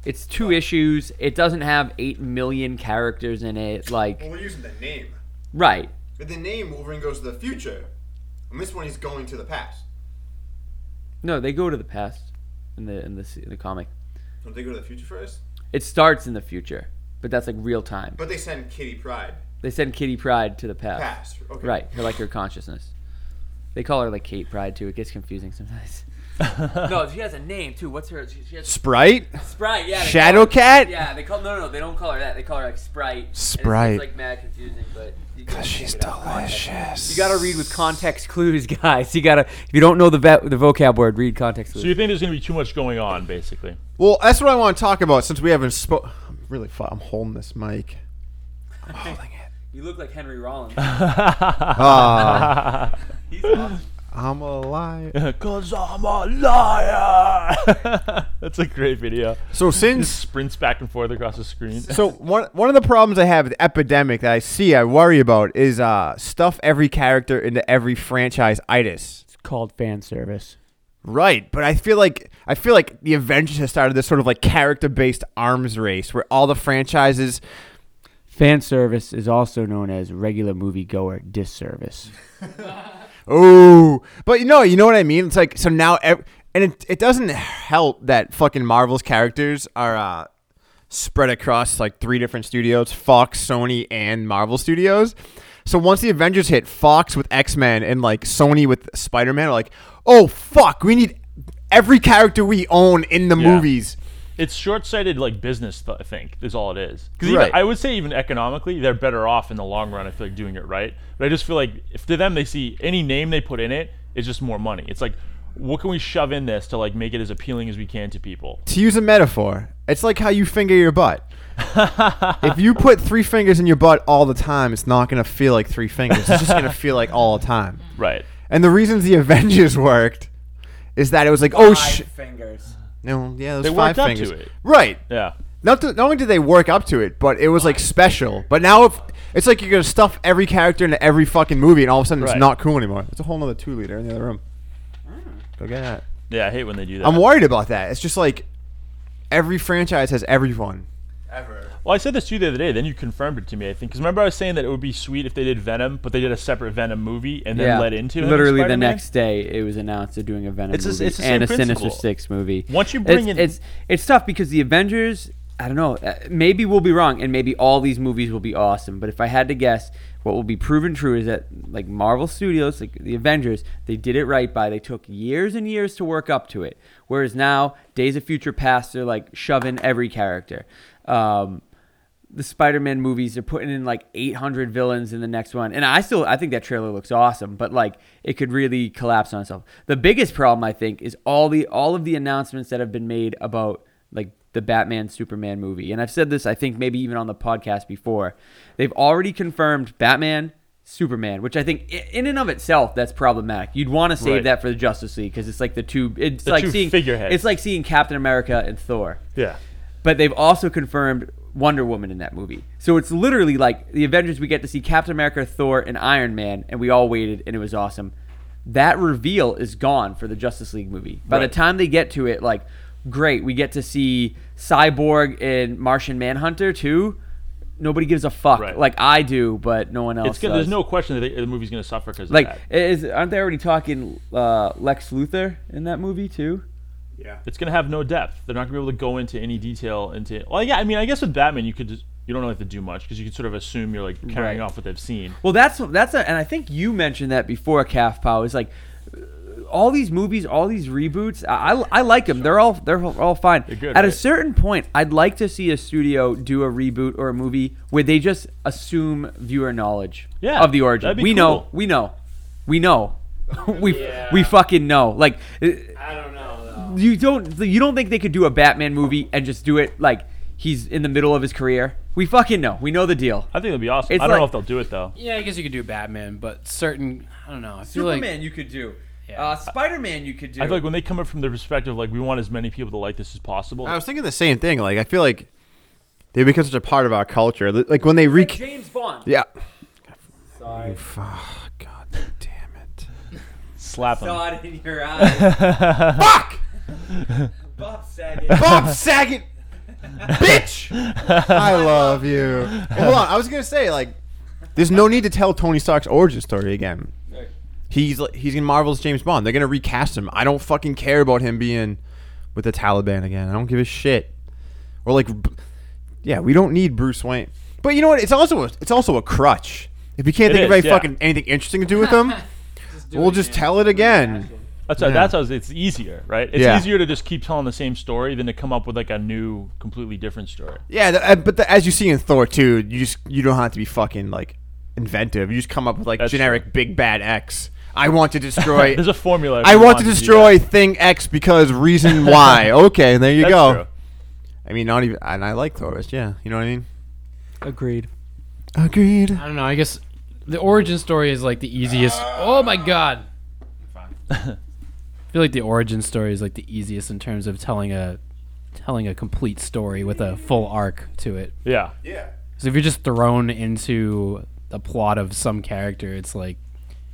it's two issues. It doesn't have eight million characters in it. Like,
Well, we're using the name.
right.
But the name Wolverine goes to the future. And this one he's going to the past.
No, they go to the past in the in the s- in the comic.
Don't they go to the future first?
It starts in the future, but that's like real time.
But they send Kitty Pride
They send Kitty Pride to the past.
past. Okay.
Right, her like her consciousness. They call her like Kate Pride too. It gets confusing sometimes. no, she has a name too. What's her? She, she has
Sprite,
Sprite. Yeah. they call
Shadow
her-
Cat.
Yeah, they call no, no, no, they don't call her that. They call her like Sprite. And it's just,
Sprite.
like mad confusing, but you gotta check
She's
it out.
delicious.
You gotta read with context clues, guys. You gotta if you don't know the vet, the vocab word, read context clues.
So you think there's going to be too much going on, basically?
Well, that's what I want to talk about since we haven't spoke. Really, fu- I'm holding this mic.
you look like Henry Rollins.
Oh, Ah,
He's awesome.
I'm alive.
Cause I'm a liar. That's a great video.
So
Just
since
sprints back and forth across the screen.
so one one of the problems I have with epidemic that I see I worry about is uh stuff every character into every franchise itis.
It's called fan service.
Right, but I feel like I feel like the Avengers has started this sort of like character based arms race where all the franchises
Fan service is also known as regular moviegoer disservice.
Oh, but you know, you know what I mean. It's like so now, ev- and it, it doesn't help that fucking Marvel's characters are uh, spread across like three different studios: Fox, Sony, and Marvel Studios. So once the Avengers hit, Fox with X Men and like Sony with Spider Man are like, oh fuck, we need every character we own in the
Yeah.
movies.
it's short-sighted like business th- i think is all it is because
Right.
i would say even economically they're better off in the long run i feel like doing it right but i just feel like if to them they see any name they put in it it's just more money it's like what can we shove in this to like make it as appealing as we can to people
To use a metaphor, it's like how you finger your butt. if you put three fingers in your butt all the time, it's not gonna feel like three fingers. It's just gonna feel like all the time.
right
And the reasons the Avengers worked is that it was like, oh sh
fingers.
no, yeah, those
They
five
worked up
fingers,
to it.
right?
yeah
Not, to, not only did they work up to it, but it was like special. But now if, it's like you're gonna stuff every character into every fucking movie, and all of a sudden it's
Right.
not cool anymore. It's a whole nother two liter in the other room.
Mm.
Go get that.
yeah i hate when they do that
I'm worried about that. It's just like every franchise has everyone.
Ever.
well i said this to you the other day then you confirmed it to me i think because remember i was saying that it would be sweet if they did venom but they did a separate venom movie and then
Yeah.
led into him as
literally the
Spider-Man?
next day it was announced they're doing a Venom
It's the s-
movie
it's the
and a
same
Sinister
principle.
Six movie.
Once you
It's-
bring in-
it's it's tough because the Avengers. I don't know. uh, Maybe we'll be wrong, and maybe all these movies will be awesome. But if I had to guess, what will be proven true is that like Marvel Studios, like the Avengers, they did it right by. They took years and years to work up to it. Whereas now, Days of Future Past, they're like shoving every character. Um, the Spider-Man movies are putting in like 800 villains in the next one, and I still I think that trailer looks awesome, but like it could really collapse on itself. The biggest problem I think is all the all of the announcements that have been made about like the Batman Superman movie, and I've said this I think maybe even on the podcast before. They've already confirmed Batman, Superman, which I think i- in and of itself that's problematic. You'd want to save
Right.
that for the Justice League because it's like the two it's
The
like
two
seeing
figureheads.
It's like seeing Captain America and Thor.
yeah
But they've also confirmed Wonder Woman in that movie. So it's literally like the Avengers, we get to see Captain America, Thor, and Iron Man, and we all waited, and it was awesome. That reveal is gone for the Justice League movie. By
Right.
the time they get to it, like, great, we get to see Cyborg and Martian Manhunter too. Nobody gives a fuck.
Right.
Like I do, but no one else.
it's good there's
does.
no question that they, the movie's going to suffer because
like.
of that.
Is aren't they already talking uh, Lex Luthor in that movie too?
it's gonna have no depth. They're not gonna be able to go into any detail into. Well, yeah, I mean, I guess with Batman, you could just you don't really have to do much because you can sort of assume you're like carrying
Right.
off what they've seen.
Well, that's that's a, and I think you mentioned that before. Calf Pow is like uh, all these movies, all these reboots. I, I, I like them. They're all they're all fine.
They're good,
At a
right?
certain point, I'd like to see a studio do a reboot or a movie where they just assume viewer knowledge
Yeah,
of the origin.
that'd be
we
cool.
know, we know, we know, we we fucking know. Like I don't know. You don't you don't think they could do a Batman movie and just do it like he's in the middle of his career? We fucking know. We know the deal.
I think it'd be awesome.
It's
I don't know
like-
if they'll do it though.
Yeah, I guess you could do Batman, but certain I don't know. I feel
Superman
like
you could do.
Yeah.
Uh, Spider Man you could do.
I feel like when they come up from their perspective, like we want as many people to like this as possible.
I was thinking the same thing. Like I feel like they become such a part of our culture. Li- Like when they re
James Bond.
yeah.
Sorry.
Oh, God damn it.
Slap them.
Saw it in your eyes.
Fuck!
Bob Saget.
Bob Saget, bitch. I love you. Well, hold on, I was gonna say like, there's no need to tell Tony Stark's origin story again. He's like- he's in Marvel's James Bond. They're gonna recast him. I don't fucking care about him being with the Taliban again. I don't give a shit. Or like, b- yeah, we don't need Bruce Wayne. But you know what? It's also a, it's also a crutch. If you can't
It
think
is,
of any
yeah.
fucking anything interesting to do with them, we'll just tell it again.
That's how,
Yeah.
that's how it's- it's easier, right? It's
Yeah.
easier to just keep telling the same story than to come up with like a new, completely different story.
Yeah, the, uh, but the, as you see in Thor 2, you just you don't have to be fucking like inventive. You just come up with like
That's
generic big bad X. I want to destroy.
There's a formula. if
I
you
want to
do that.
destroy thing X because reason Y. okay, there you
That's
go.
true.
I mean, not even. And I like Thorist. Yeah, you know what I mean.
Agreed.
Agreed.
I don't know. I guess the origin story is like the easiest. oh my god. I feel like the origin story is like the easiest in terms of telling a telling a complete story with a full arc to it.
Yeah.
So if you're just thrown into the plot of some character, it's like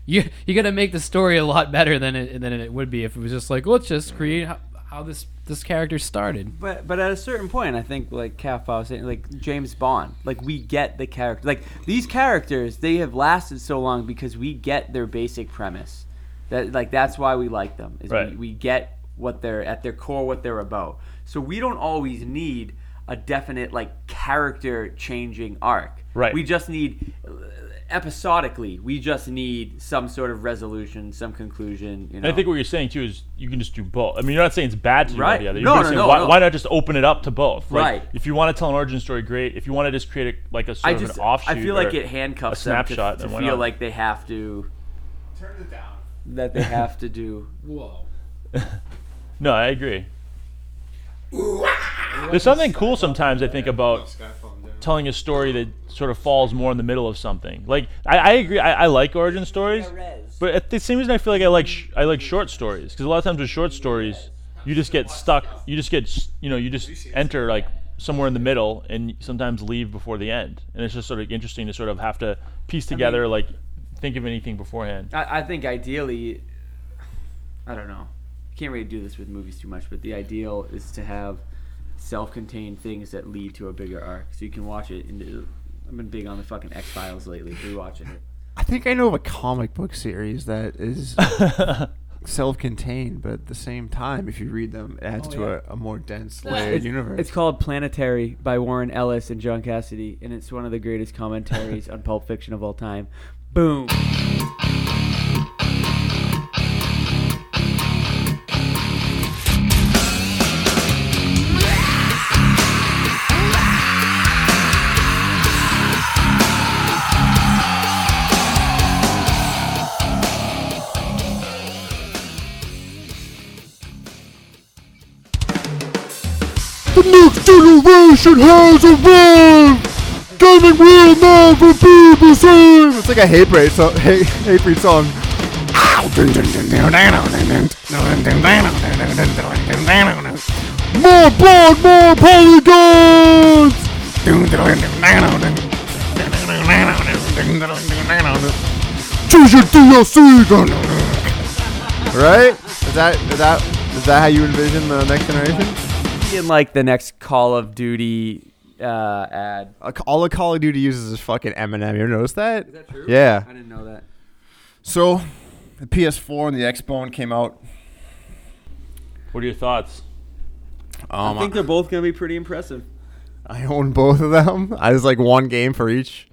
you you got to make the story a lot better than it than it would be if it was just like let's just create how, how this this character started.
But but at a certain point, I think like Calf was saying, like James Bond, like we get the character. Like these characters, they have lasted so long because we get their basic premise. That like that's why we like them. Is
Right.
we, we get what they're at their core, what they're about. So we don't always need a definite like character changing arc.
Right.
We just need uh, episodically. We just need some sort of resolution, some conclusion. You know.
And I think what you're saying too is you can just do both. I mean, you're not saying it's bad to do one
Right.
or the other. You're
No,
just
no,
saying,
no,
why,
no.
why not just open it up to both? Like,
Right.
If you want to tell an origin story, great. If you want to just create a, like a sort
I
of
just
an offshoot,
I feel
or
like it handcuffs
a snapshot,
them
then
to-
why
to, feel
not?
like they have to
Turn it down.
that they have to do.
Whoa.
No, I agree. There's something cool sometimes I think about telling a story that sort of falls more in the middle of something. Like I, I agree, I, I like origin stories, but at the same reason I feel like I like sh- I like short stories because a lot of times with short stories, you just get stuck. You just get s- you know you just enter like somewhere in the middle and sometimes leave before the end, and it's just sort of interesting to sort of have to piece together like think of anything beforehand.
I, I think ideally, I don't know. You can't really do this with movies too much, but the ideal is to have self-contained things that lead to a bigger arc, so you can watch it. And uh, I've been big on the fucking X Files lately, rewatching it.
I think I know of a comic book series that is self-contained, but at the same time, if you read them, it adds to a, a more dense layered universe.
It's called Planetary by Warren Ellis and John Cassidy, and it's one of the greatest commentaries on Pulp Fiction of all time. Boom.
The next generation has arrived! Gaming will never be the same! It's like a hate breed song. Hate, hate breed song. More blood, more polygons! Choose your DLC! Right? Is that, is that, is that how you envision the next generation?
in like the next Call of Duty uh, ad.
Uh, all of Call of Duty uses is fucking Eminem. You ever notice that? Is that true? Yeah.
I didn't know that.
So, the PS4 and the Xbox came out.
What are your thoughts?
Um,
I think they're both gonna be pretty impressive.
I own both of them. I was like one game for each.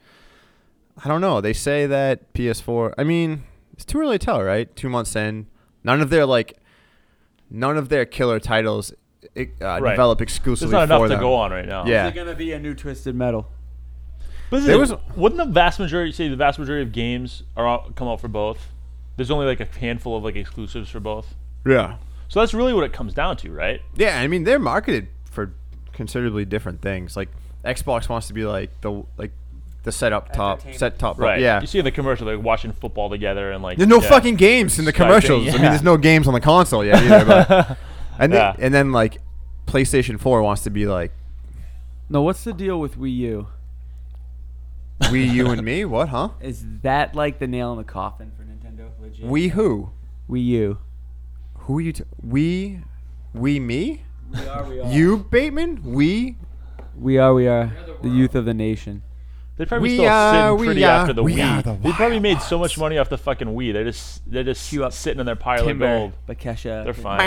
I don't know. They say that PS4. I mean, it's too early to tell, right? Two months in, none of their like, none of their killer titles i- uh,
Right.
develop
There's
exclusively
not enough
for
to
them.
go on right now.
Yeah.
Is it gonna be a new Twisted Metal?
But
There
there
was-
was wouldn't the vast majority say the vast majority of games are out, come out for both? There's only like a handful of like exclusives for both.
Yeah.
So that's really what it comes down to, right?
Yeah, I mean they're marketed for considerably different things. Like Xbox wants to be like the like the set up top
Entertainment.
set top
Right.
Yeah.
You see in the commercial they're watching football together and like
There's no
yeah.
fucking games in the
Skyping,
commercials. I mean
yeah.
there's no games on the console yet either. But, and then,
Yeah.
and then like PlayStation 4 wants to be like
No, what's the deal with Wii U?
we you and me, what, huh?
Is that like the nail in the coffin for Nintendo? Legit.
We who?
Wii U.
Who are you t- we we me?
We are. We
You Bateman? We
We are. We are. The youth of the nation.
They probably
We
still
are- we
sitting pretty
are-
after the
we
Wii.
are the
they probably
wild
made so much money off the fucking Wii. They're just they're just sitting in their pile
Timber.
of gold.
But Kesha.
They're fine.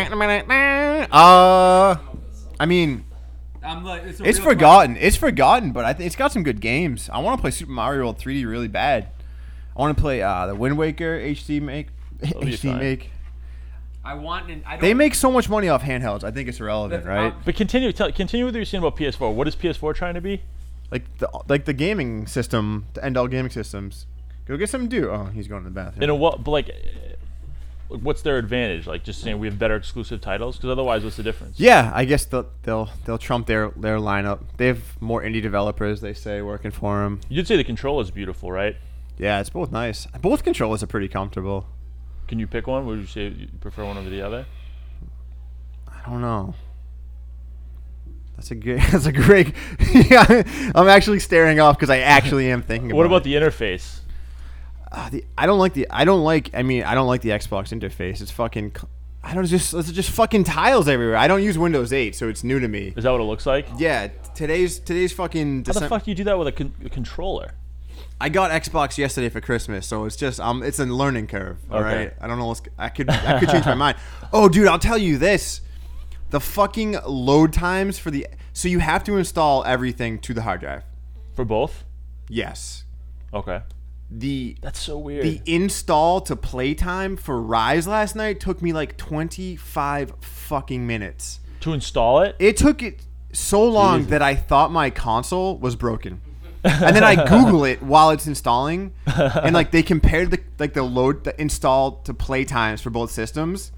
uh I mean
I'm like, it's,
It's forgotten. It's forgotten, but I th- it's got some good games. I want to play Super Mario World 3D really bad. I want to play uh, the Wind Waker HD make.
be
HD
fine.
make.
I want. An, I don't,
They make so much money off handhelds. I think it's irrelevant, right?
But continue tell, continue with what you're saying about PS4. What is PS4 trying to be?
Like the like the gaming system, the end all gaming systems. Go get something to do. Oh, he's going to the bathroom.
In a what? But like, eh, what's their advantage? Like just saying we have better exclusive titles because otherwise, what's the difference?
yeah, I guess they'll they'll they'll trump their their lineup. They have more indie developers. They say working for them.
You did say the controller is beautiful, right?
Yeah, it's both nice. Both controllers are pretty comfortable.
Can you pick one? Would you say you prefer one over the other?
I don't know. That's a good. That's a great. yeah, I'm actually staring off because I actually am thinking.
What about
about,
the interface?
Ah, the? I don't like the. I don't like. I mean, I don't like the Xbox interface. It's fucking. c- I don't just. It's just fucking tiles everywhere. I don't use Windows 8, so it's new to me.
Is that what it looks like?
Yeah, today's today's fucking.
How the
Decem-
fuck do you do that with a, con- a controller?
I got Xbox yesterday for Christmas, so it's just um, it's a learning curve. All
Okay.
right, I don't know. What's, I could I could change my mind. Oh, dude, I'll tell you this: the fucking load times for the so you have to install everything to the hard drive.
For both?
Yes,
Okay.
the
That's so weird.
the install to playtime for Rise last night took me like twenty five fucking minutes.
to install it?
It took it so long that I thought my console was broken. and then I Google it while it's installing, and like they compared the like the load the install to play times for both systems,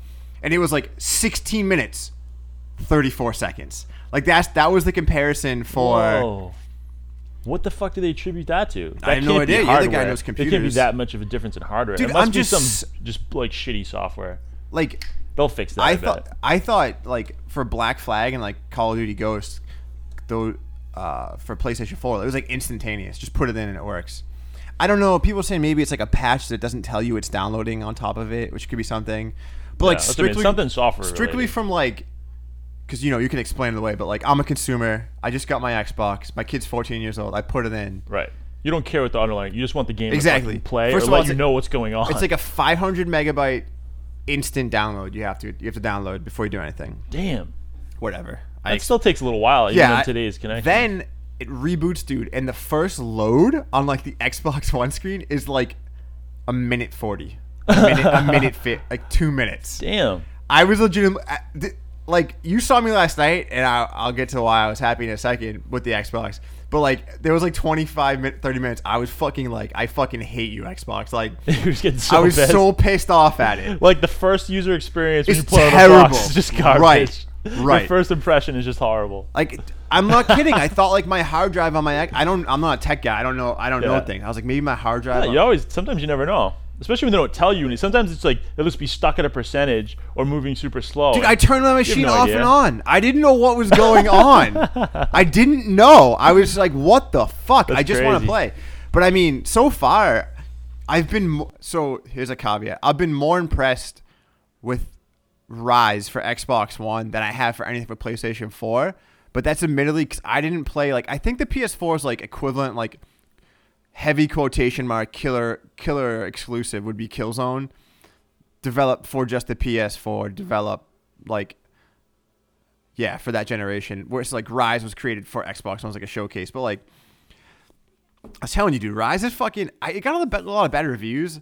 and it was like 16 minutes, 34 seconds. Like that's that was the comparison for.
Whoa. What the fuck do they attribute that to? That
I have no
can't be
idea. You're the guy
hardware.
who knows
There can't be
computers.
that much of a difference in hardware.
Dude,
it must
I'm
be
just-
some just like shitty software.
Like
They'll fix that.
I
I,
thought
bet.
I thought like for Black Flag and like Call of Duty Ghosts, though, uh, for PlayStation Four, it was like instantaneous. Just put it in and it works. I don't know. People saying maybe it's like a patch that doesn't tell you it's downloading on top of it, which could be something. But like
Yeah, that's what I mean.
strictly
something software.
strictly
related.
from like, because you know you can explain it away. But like I'm a consumer. I just got my Xbox. My kid's 14 years old. I put it in.
Right. You don't care what the underlying. You just want the game
Exactly.
to fucking play
First
or
of all,
let
it's
you
a-
know what's going on.
It's like a 500 megabyte instant download. You have to you have to download before you do anything.
damn.
Whatever. I
It still takes a little while. Even
Yeah,
on
I-
today's connection.
Then it reboots, dude, and the first load on like the Xbox One screen is like a minute forty, a minute, a minute fit, like two minutes.
damn.
I was legitimately I- th- like, you saw me last night, and I, I'll get to why I was happy in a second with the Xbox. But like, there was like 25, min- 30 minutes. I was fucking like, I fucking hate you, Xbox. Like,
It was getting so
I was
pissed.
so pissed off at it.
like the first user experience when
It's
you play on the
terrible.
box is just garbage.
Right.
Your
Right.
first impression is just horrible.
Like I'm not kidding. I thought like my hard drive on my I don't I'm not a tech guy. I don't know I don't
Yeah.
know things. I was like maybe my hard drive.
Yeah,
on-
you always sometimes you never know. Especially when they don't tell you, and sometimes it's like they'll just be stuck at a percentage or moving super slow.
Dude, I turned my machine
no
off
idea.
and on. I didn't know what was going on. I didn't know. I was like, what the fuck? I just want to
crazy.
play. But I mean, so far, I've been. Mo- so here's a caveat I've been more impressed with Rise for Xbox One than I have for anything for PlayStation 4. But that's admittedly because I didn't play. Like, I think the PS4 is like equivalent, like heavy quotation mark killer killer exclusive would be Killzone developed for just the PS4, developed like yeah, for that generation. Whereas like Rise was created for Xbox, and was like a showcase. But like, I was telling you, dude, Rise is fucking. I, it got a lot- a lot of bad reviews.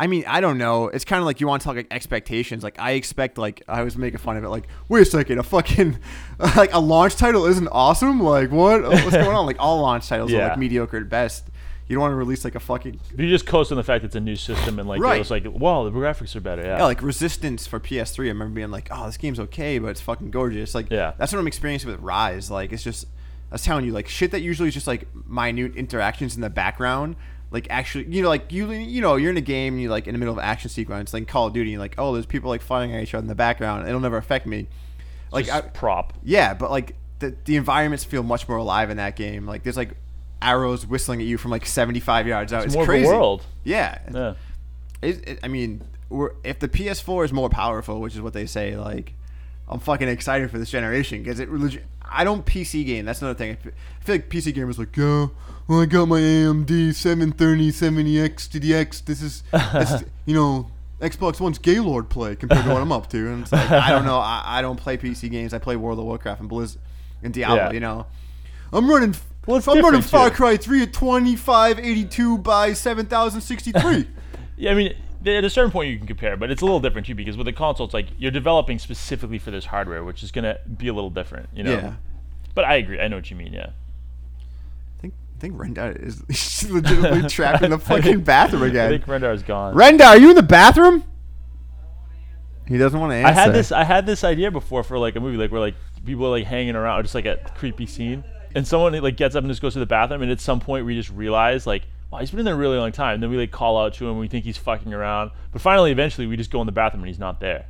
I mean, I don't know. It's kind of like you want to talk like expectations. Like I expect, like I was making fun of it. Like, wait a second, a fucking like a launch title isn't awesome. Like what? What's going on? Like all launch titles are
Yeah.
like mediocre at best. You don't want to release like a fucking
You just coast on the fact it's a new system and like
Right.
it was like, wow, the graphics are better. Yeah.
yeah, like Resistance for PS3. I remember being like, "Oh, this game's okay, but it's fucking gorgeous." Like,
Yeah.
that's what I'm experiencing with Rise. Like, it's just, I was telling you, like shit that usually is just like minute interactions in the background. Like, actually, you know, like you, you know, you're in a game, and you like in the middle of an action sequence, like Call of Duty, and like, oh, there's people like fighting at each other in the background. It'll never affect me. Like,
Just
I-
prop.
yeah, but like the the environments feel much more alive in that game. Like, there's like arrows whistling at you from like 75 yards out. It's,
more of a
crazy.
world.
Yeah,
Yeah.
it, it, I mean, we're, if the PS4 is more powerful, which is what they say, like, I'm fucking excited for this generation because it. Legit, I don't PC game. That's another thing. I fe- I feel like PC gamers like, yo, well, I got my AMD 730 70X to the X. This is, this, you know, Xbox One's Gaylord play compared to what I'm up to. And it's like, I don't know. I, I don't play PC games. I play World of Warcraft and Blizz and Diablo.
Yeah.
You know, I'm running.
Well, it's
I'm running
different,
Far
too.
Cry 3 at 2582 by 7063.
Yeah, I mean, th- at a certain point you can compare, but it's a little different too because with the console, it's like you're developing specifically for this hardware, which is gonna be a little different, you know.
Yeah.
But I agree. I know what you mean. Yeah.
I think I think Rendar is she's legitimately trapped in the fucking bathroom
I
again.
think Rendar is gone.
Rendar, are you in the bathroom? He doesn't want to answer.
I had this. I had this idea before for like a movie, like where like people are like hanging around, just like a creepy scene, and someone like gets up and just goes to the bathroom, and at some point we just realize like, wow, he's been in there a really long time. then we like call out to him, and we think he's fucking around, but finally, eventually, we just go in the bathroom and he's not there.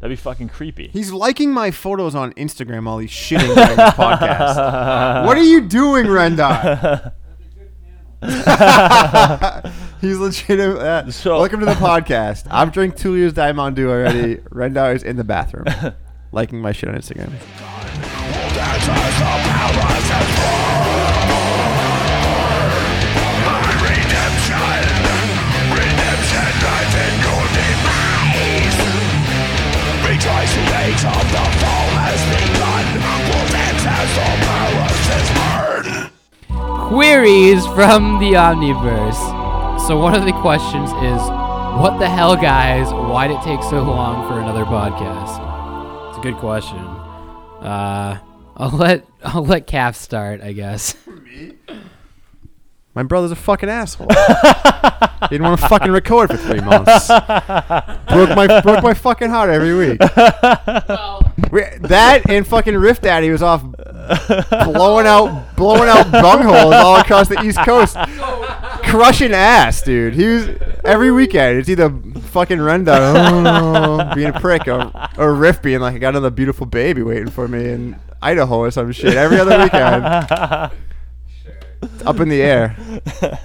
That'd be fucking creepy.
He's liking my photos on Instagram while he's shitting during this podcast. what are you doing, Rendar? he's legitimate. Uh,
So-
welcome to the podcast. I've drank two liters of Diamond Dew already. Rendar is in the bathroom, liking my shit on Instagram.
Queries from the Omniverse. So one of the questions is, what the hell, guys? Why'd it take so long for another podcast? It's a good question. Uh, I'll let I'll let Calf start, I guess.
My brother's a fucking asshole. he didn't want to fucking record for three months. broke my broke my fucking heart every week. We- that and fucking Riff Daddy was off blowing out blowing out bungholes all across the East Coast, crushing ass, dude. He was every weekend. It's either fucking Rendon oh, being a prick or, or Riff being like, I got another beautiful baby waiting for me in Idaho or some shit. Every other weekend, it's up in the air.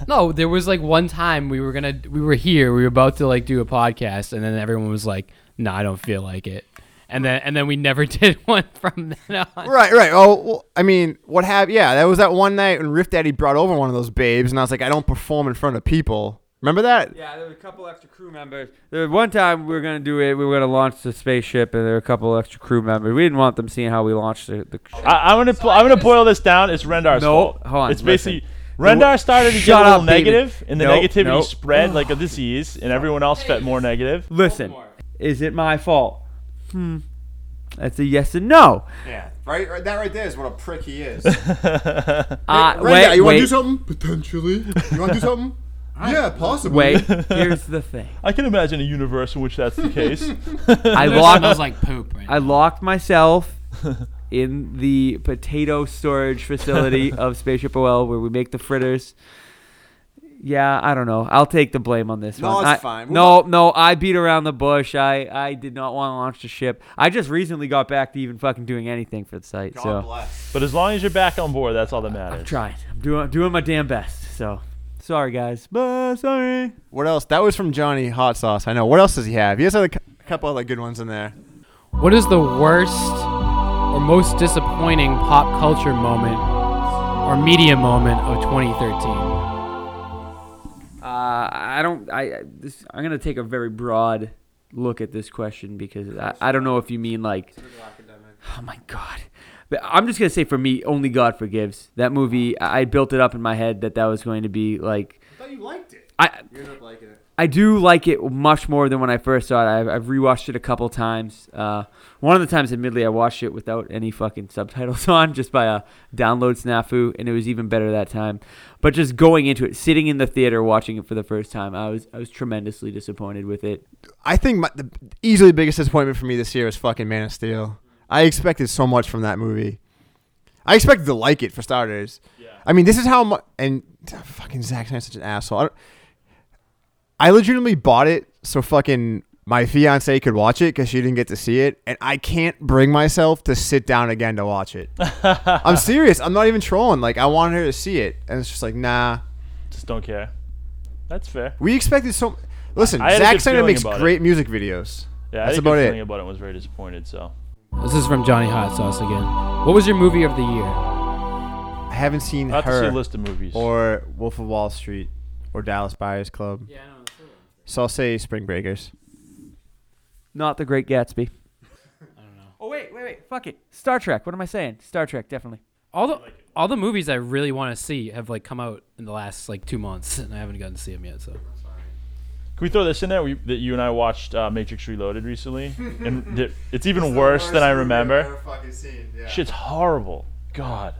No, there was like one time we were gonna we were here, we were about to like do a podcast, and then everyone was like, "No, I don't feel like it," and then and then we never did one from then on.
Right, right. Oh, well, I mean, what have? Yeah, that was that one night when Riff Daddy brought over one of those babes, and I was like, I don't perform in front of people. Remember that?
Yeah, there were a couple extra crew members. There was one time we were gonna do it. We were gonna launch the spaceship, and there were a couple extra crew members. We didn't want them seeing how we launched the. the
I, I'm gonna pl- I'm gonna boil this down. It's Rendar's
Nope.
fault.
Hold on,
It's basically
listen.
Rendar started to
Shut
get a little
up, David.
negative, and the
Nope,
negativity
nope.
spread like a disease, and everyone else felt more negative.
Listen, is it my fault? Hmm. That's a yes and no.
Yeah. Right, right. That right there is what a prick he is.
Uh,
Brenda,
wait,
you want to do
wait,
something? Potentially. You want to do something? yeah, possibly.
wait. Here's the thing.
I can imagine a universe in which that's the case.
I
smells
locked.
like poop. Right
I locked myself in the potato storage facility of Spaceship OL, where we make the fritters. Yeah, I don't know. I'll take the blame on this
No,
one.
it's
I-
fine.
No, no, I beat around the bush. I, I did not want to launch the ship. I just recently got back to even fucking doing anything for the site. so
bless.
but as long as you're back on board, that's all that
I'm
matters.
trying. I'm doing I'm doing my damn best. So sorry guys. But sorry.
What else? That was from Johnny Hot Sauce. I know. What else does he have? He has a cou- couple other good ones in there.
now. What is the worst or most disappointing pop culture moment or media moment of 2013?
Uh, I don't. I I- this, I'm gonna take a very broad look at this question because I, I don't know if you mean like Oh my god. But I'm just gonna say for me, only God forgives. That movie, I I built it up in my head that that was going to be like.
I thought you liked it.
I
You ended up liking it.
I do like it much more than when I first saw it. I've, I've rewatched it a couple times. Uh, one of the times, admittedly, I watched it without any fucking subtitles on, just by a download snafu, and it was even better that time. But just going into it, sitting in the theater watching it for the first time, I was I was tremendously disappointed with it.
I think my, the easily biggest disappointment for me this year is fucking Man of Steel. I expected so much from that movie. I expected to like it for starters. Yeah. I mean, this is how much and ah, fucking Zack Snyder's such an asshole. I, don't, I legitimately bought it so fucking my fiance could watch it because she didn't get to see it, and I can't bring myself to sit down again to watch it. I'm serious. I'm not even trolling. Like I wanted her to see it, and it's just like nah.
Just don't care. That's fair.
We expected so. Listen,
I had a
Zack
good
Snyder
feeling
makes
about it.
great music videos.
Yeah, I
That's
had a good
about it.
feeling about it. and Was very disappointed. So
This is from Johnny Hot Sauce again. What was your movie of the year?
I haven't seen
not to
her
see a list of movies.
or Wolf of Wall Street or Dallas Buyers Club.
Yeah,
So I'll say Spring Breakers.
Not the Great Gatsby. Oh wait, wait, wait! Fuck it, Star Trek. What am I saying? Star Trek, definitely.
All the all the movies I really want to see have like come out in the last like two months, and I haven't gotten to see them yet. So
Can we throw this in there? We, that you and I watched uh, Matrix Reloaded recently, and di- it's even worse than I remember. Shit's horrible. God.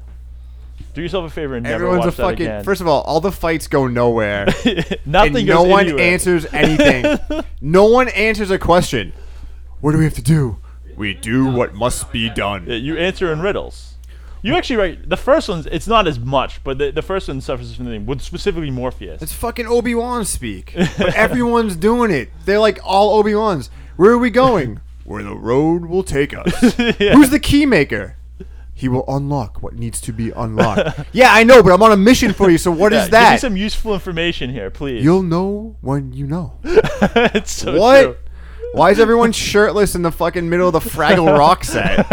Do yourself a favor and never
Everyone's a
watch that
fucking.
again.
First of all, all the fights go nowhere,
Nothing
and
goes
no one
anywhere.
answers anything. no one answers a question. What do we have to do? We do what must be
Yeah,
done.
You answer in riddles. You actually right. The first one's it's not as much, but the, the first one suffers from the name, with specifically Morpheus.
It's fucking Obi Wan speak. But everyone's doing it. They're like all Obi Wans. Where are we going? Where the road will take us.
Yeah.
Who's the key maker? He will unlock what needs to be unlocked. yeah, I know, but I'm on a mission for you. So what
Yeah,
is
Give me
that?
some useful information here, please.
You'll know when you know.
it's so
what?
true.
Why is everyone shirtless in the fucking middle of the Fraggle Rock set?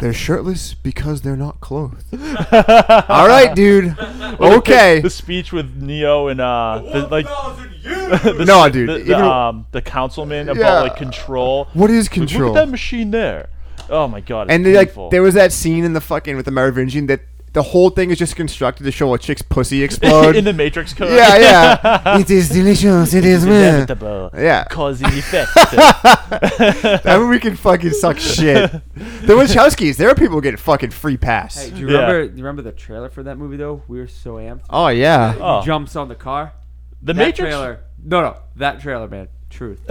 they're shirtless because they're not clothed. All right, dude. Okay.
The speech with Neo and uh, the, like the,
No, dude.
the,
even-
the, um, the councilman about
Yeah.
like control.
what is
Like,
control?
Look at that machine there. Oh my god. It's
and they, like,
painful.
there was that scene in the fucking with the Merovingian that the whole thing is just constructed to show a chick's pussy explode.
in the Matrix code.
yeah, yeah. it is delicious. It is meh.
Inevitable.
Yeah.
Cause and effect.
That movie can fucking suck shit. the Wachowskis, there are people getting fucking free pass.
Hey, do you
Yeah.
remember? Do you remember the trailer for that movie though? We were so amped.
oh yeah.
Oh.
Jumps on the car.
The
That
Matrix.
trailer. No, no, that trailer, man. Truth.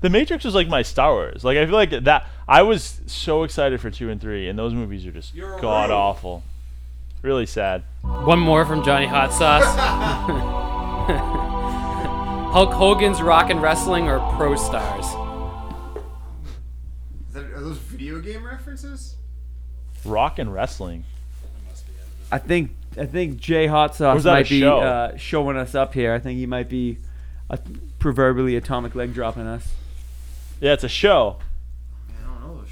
the Matrix was like my Star Wars. Like I feel like that. I was so excited for two and three, and those movies are just god awful. Really sad.
one more from Johnny Hot Sauce. Hulk Hogan's Rock and Wrestling or Pro Stars?
Is that, are those video game references?
Rock and wrestling.
I think I think Jay Hot Sauce
Was that a
might be
show?
uh, showing us up here. I think he might be uh, proverbially atomic leg dropping us.
Yeah, it's a show.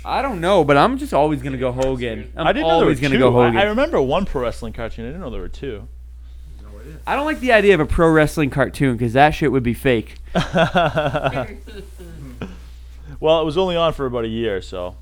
I don't know, but I'm just always gonna go Hogan. I'm
I didn't know there were
always
two.
gonna go Hogan.
I,
I,
I remember one pro wrestling cartoon. I didn't know there were two.
don't like the idea of a pro wrestling cartoon because that shit would be fake.
Well, it was only on for about a year, so.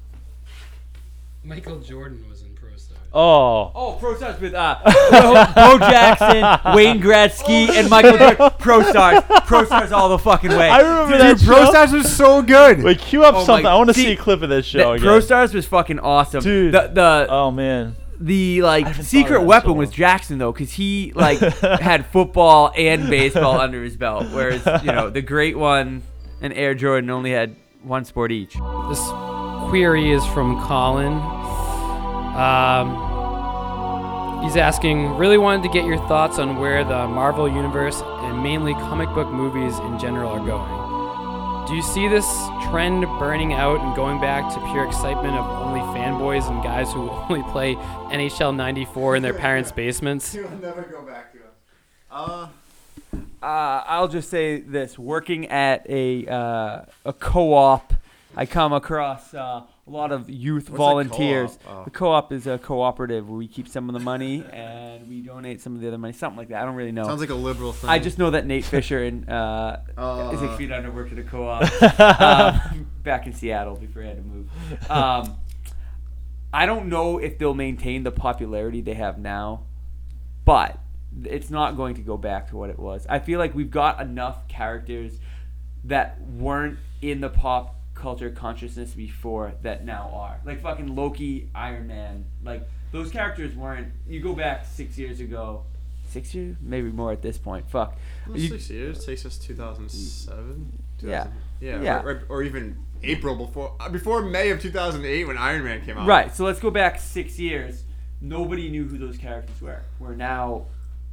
Michael Jordan was in Pro Stars.
Oh,
Oh, pro stars with uh, Bo, Bo Jackson, Wayne Gretzky, and Michael Jordan. Pro stars, pro stars all the fucking way.
I remember that
Dude, Pro
show.
Stars was so good.
Wait, cue up
Oh my-
something. I want to
See,
see a clip of this
That
show again.
Pro stars was fucking awesome.
Dude.
The, the
oh man,
the like
haven't thought
secret
of that in
weapon
so
was
long.
Jackson though, because he like had football and baseball under his belt, whereas you know the great one and Air Jordan only had one sport each.
This query is from Colin. Um, he's asking, really wanted to get your thoughts on where the Marvel Universe and mainly comic book movies in general are going. Do you see this trend burning out and going back to pure excitement of only fanboys and guys who only play NHL 94 in their parents' basements?
You'll never go back to it. Uh,
Uh, I'll just say this: working at a uh, a co-op, I come across uh, a lot of youth volunteers.
co-op? Oh.
The co-op is a cooperative where we keep some of the money and we donate some of the other money, something like that. I don't really know.
sounds like a liberal thing.
I just know that Nate Fisher and uh,
Uh.
is it Feet Under worked at a co-op um, back in Seattle before he had to move. Um, I don't know if they'll maintain the popularity they have now, but it's not going to go back to what it was. I feel like we've got enough characters that weren't in the pop culture consciousness before that now are. Like fucking Loki, Iron Man. Like those characters weren't. You go back six years ago. Six years? Maybe more at this point. Fuck. You-
six years takes us 2007.
Yeah.
Yeah.
Yeah.
Or, or- or even April before uh, before May of 2008 when Iron Man came out.
Right. So let's go back six years. Nobody knew who those characters were. Where now,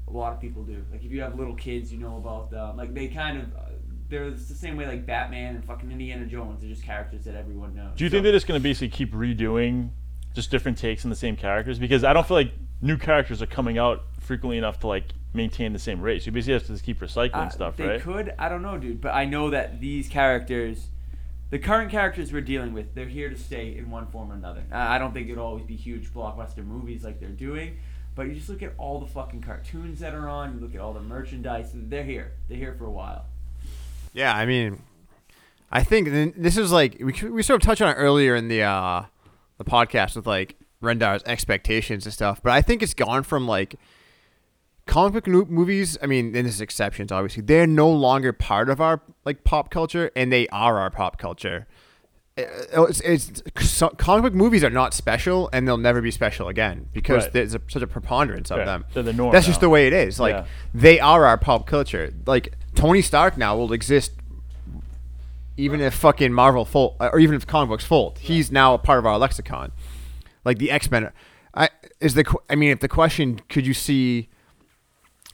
a lot of people do. Like if you have little kids, you know about them. Like they kind of. Uh, they're it's the same way like Batman and fucking Indiana Jones. They're just characters that everyone knows.
Do you think they're just going to basically keep redoing just different takes on the same characters? Because I don't feel like new characters are coming out frequently enough to like maintain the same rate. So you basically have to just keep recycling
Uh,
stuff,
they
right?
could. I don't know, dude. But I know that these characters, the current characters we're dealing with, they're here to stay in one form or another. Uh, I I don't think it'll always be huge blockbuster movies like they're doing. But you just look at all the fucking cartoons that are on. You look at all the merchandise. They're here. They're here for a while.
Yeah, I mean, I think th- this is like we, c- we sort of touched on it earlier in the uh, the podcast with like Rendar's expectations and stuff, but I think it's gone from like comic book no- movies. I mean, and there's exceptions obviously. They're no longer part of our like pop culture, and they are our pop culture. Uh, It's, it's so, comic book movies are not special, and they'll never be special again because
Right.
there's a, such a preponderance of
Right.
them.
They're the norm
That's just
now.
the way it is. Like
Yeah.
they are our pop culture. Like Tony Stark now will exist even if fucking Marvel fold, or even if comic books fold, he's now a part of our lexicon. Like the X Men, I is the. qu- I mean, if the question, could you see?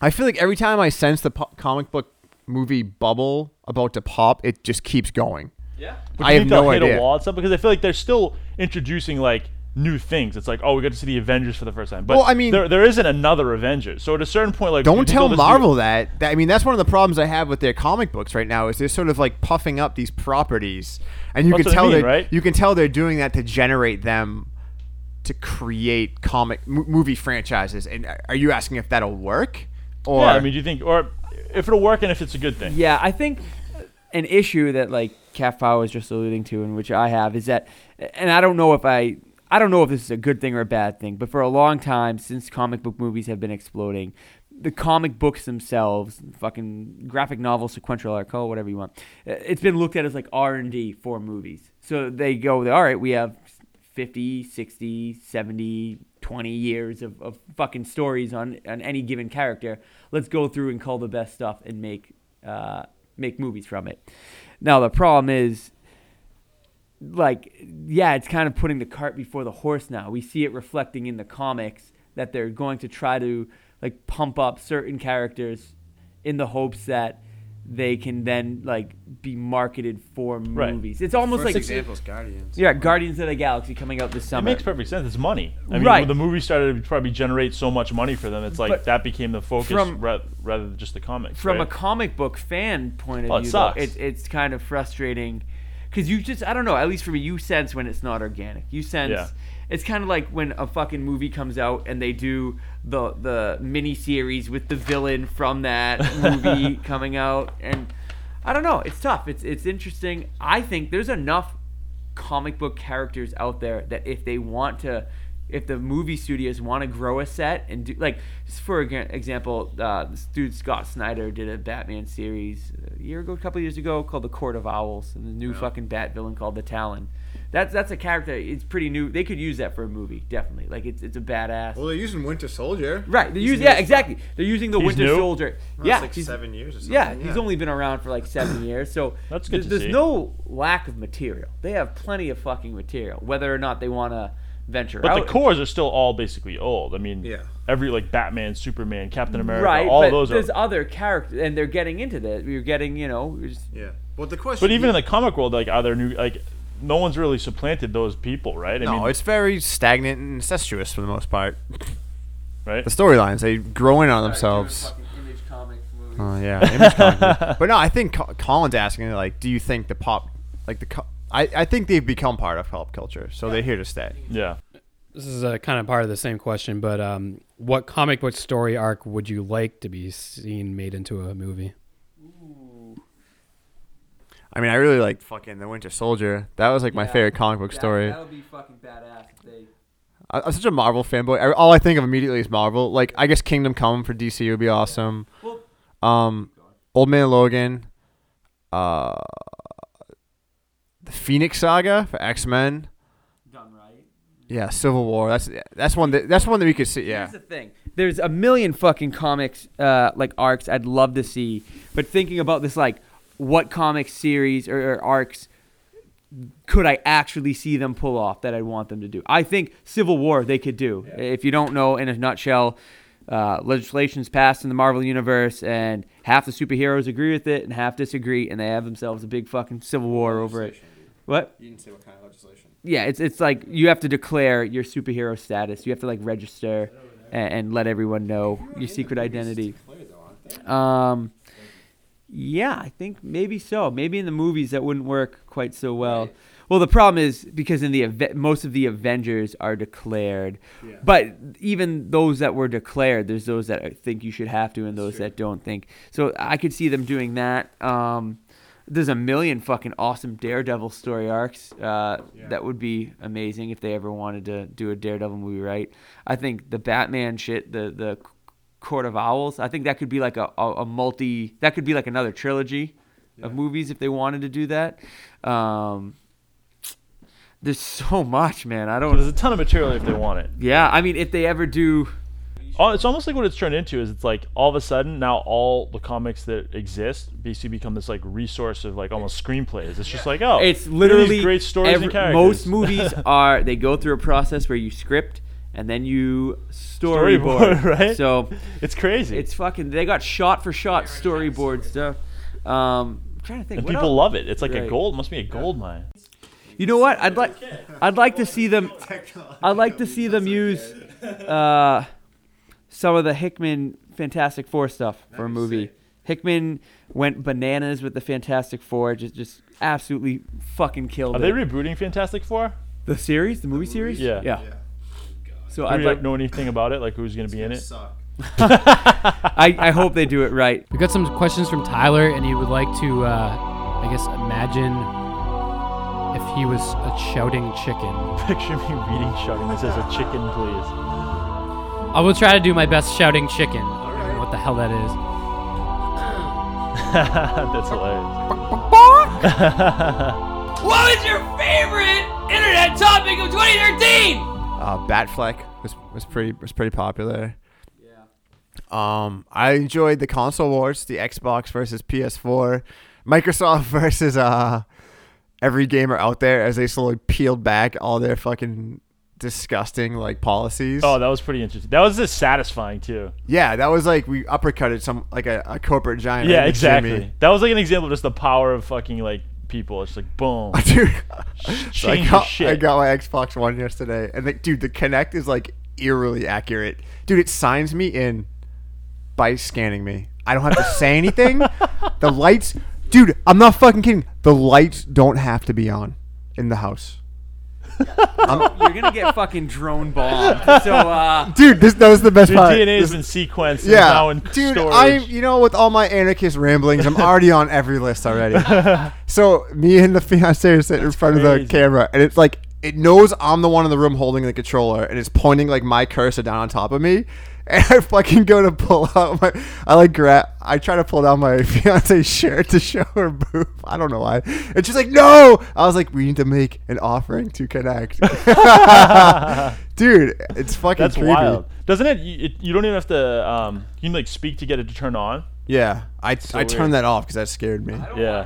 I feel like every time I sense the po- comic book movie bubble about to pop, it just keeps going.
Yeah.
But do
I
you
have
think they'll
no
hit
idea.
a wall at some because I feel like they're still introducing like new things. It's like, oh, we got to see the Avengers for the first time. But
Well, I mean-
there, there isn't another Avengers. So at a certain point, like, do you
Don't
think
tell
they'll just do-
Marvel that. that. I mean, that's one of the problems I have with their comic books right now is they're sort of like puffing up these properties, and you
That's
can
what I
tell
mean,
that
right?
you can tell they're doing that to generate them to create comic m- movie franchises. And are you asking if that'll work? Or
Yeah, I mean, do you think, or if it'll work and if it's a good thing?
Yeah, I think an issue that like Cat Fire was just alluding to, and which I have, is that, and I don't know if I, I don't know if this is a good thing or a bad thing, but for a long time since comic book movies have been exploding, the comic books themselves, fucking graphic novel, sequential art, call it whatever you want, it's been looked at as like R and D for movies. So they go, all right, we have 50, 60, 70, 20 years of, of fucking stories on, on any given character. Let's go through and call the best stuff and make, uh, make movies from it. Now, the problem is, like, yeah, it's kind of putting the cart before the horse now. We see it reflecting in the comics that they're going to try to, like, pump up certain characters in the hopes that they can then, like, be marketed for
Right.
movies. It's almost
First
like.
example is Guardians.
Yeah, Guardians of the Galaxy coming out this
It
summer.
makes perfect sense. It's money. I mean,
Right.
when the movie started to probably generate so much money for them, it's like
But
that became the focus
from-
ra- rather than just the comics.
From a
right?
comic book fan point of
Oh, it
view, though,
sucks.
it's it's kind of frustrating because you just I don't know. At least for me, you sense when it's not organic. You sense.
Yeah.
It's kind of like when a fucking movie comes out and they do the the mini series with the villain from that movie coming out, and I don't know. It's tough. It's it's interesting. I think there's enough comic book characters out there that if they want to if the movie studios want to grow a set and do like just for exa- example uh, this dude scott snyder did a batman series a year ago a couple years ago called the court of owls and the new fucking bat villain called the talon that's that's a character it's pretty new they could use that for a movie definitely like it's it's a badass
Well, they're using Winter Soldier.
right they're
He's
using
new
yeah
as
exactly they're using the
He's
winter
new?
soldier
fuck.
yeah
That's like
he's-
seven years or something.
yeah, he's only been around for like seven years, so
That's good
th-
to
there's
see.
no lack of material. They have plenty of fucking material, whether or not they want to venture
but
out.
the cores are still all basically old. I mean,
Yeah.
every like Batman, Superman, Captain America,
right?
all
but
those are.
there's other characters, and they're getting into that. You're getting, you know, you're just-
Yeah. Well, the question.
but even in the comic world, like, are there new like? No one's really supplanted those people, right? I
no,
mean,
it's very stagnant and incestuous for the most part.
right.
The storylines they grow in on themselves. Oh yeah, image cognitive. but no, I think Co- Colin's asking like, do you think the pop, like the, co- I, I think they've become part of pop culture, so they're here to stay.
Yeah.
This is uh kind of part of the same question, but um, what comic book story arc would you like to be seen made into a movie?
I mean, I really like fucking the Winter Soldier. That was like my favorite comic book story.
be fucking badass if they
I- I'm such a Marvel fanboy. I, all I think of immediately is Marvel. Like I guess Kingdom Come for DC would be awesome. Um, Old Man Logan, uh, the Phoenix Saga for X Men.
Done right.
Yeah, Civil War. That's that's one that that's one that we could see. Yeah,
Here's the thing. There's a million fucking comics, uh, like arcs I'd love to see, but thinking about this, like, what comic series or, or arcs could I actually see them pull off that I want them to do? I think Civil War they could do. If you don't know, in a nutshell, uh, legislation's passed in the Marvel universe, and half the superheroes agree with it and half disagree, and they have themselves a big fucking civil war over it. What?
You didn't say what kind of legislation.
yeah, it's it's like you have to declare your superhero status. You have to like register and, and let everyone know your secret identity. Um, yeah, I think maybe so. Maybe in the movies that wouldn't work quite so well. Well, the problem is because in the ave- most of the Avengers are declared, but even those that were declared, there's those that think you should have to, and those that don't think. So I could see them doing that. Um, there's a million fucking awesome Daredevil story arcs. Uh, That would be amazing if they ever wanted to do a Daredevil movie, right? I think the Batman shit, the the Court of Owls, I think that could be like a, a, a multi. That could be like another trilogy of movies if they wanted to do that. Um, there's so much, man. I
But
don't.
there's a ton of material if they want it.
Yeah, I mean, if they ever do,
Oh, it's almost like what it's turned into is it's like all of a sudden now all the comics that exist basically become this like resource of like almost screenplays. It's just like oh,
it's
here are
literally
these great stories
every-
and characters.
Most movies are they go through a process where you script and then you storyboard,
Storyboard, right?
So
it's crazy.
It's fucking. They got shot for shot storyboard stuff. Um, I'm trying to think.
and
what
people
else?
love it. It's like a
Right.
gold must be a gold mine.
You know what? I'd like. I'd like to see them. I'd like to see them use uh, some of the Hickman Fantastic Four stuff for a movie. Hickman went bananas with the Fantastic Four. Just, just absolutely fucking killed
Are
it.
they rebooting Fantastic Four?
the series, the movie series.
Yeah.
Yeah. So
Do
I'd
we
like.
know anything about it? Like who's gonna be in it?
Suck.
I, I hope they do it right.
We got some questions from Tyler, and he would like to, uh, I guess, imagine if he was a shouting chicken.
Picture me reading shouting this as a chicken, please.
I will try to do my best shouting chicken. I don't know what the hell that is.
That's hilarious.
What was your favorite internet topic of 2013?
uh, Batfleck was was pretty was pretty popular. Yeah. Um, I enjoyed the console wars, the Xbox versus PS4, Microsoft versus uh every gamer out there as they slowly peeled back all their fucking disgusting like policies.
Oh, that was pretty interesting. That was just satisfying too.
yeah, that was like we uppercutted some like a, a corporate giant.
Yeah,
like
exactly.
Jimmy.
That was like an example of just the power of fucking like people. It's like boom.
dude. so I
Change
got,
your shit.
I got my Xbox One yesterday, and like, dude, the Connect is like eerily accurate. Dude, it signs me in by scanning me. I don't have to say anything. the lights, dude, I'm not fucking kidding. The lights don't have to be on in the house.
You're gonna get fucking drone bombed. So uh,
Dude, this that was the best
Your
part.
DNA has
This-
been sequenced. and
yeah,
now in
dude,
storage.
I'm you know with all my anarchist ramblings, I'm already on every list already. so me and the fiance are sitting in front of the
crazy.
camera, and it's like it knows I'm the one in the room holding the controller, and it's pointing like my cursor down on top of me. And I fucking go to pull out my, I like grab, I try to pull down my fiance's shirt to show her boob. I don't know why, and she's like, "No!" I was like, "We need to make an offering to connect." Dude, it's fucking
That's
creepy.
wild. Doesn't it you, it? you don't even have to. Um, you can like speak to get it to turn on.
Yeah, I I
weird.
turned that off because that scared me.
Yeah.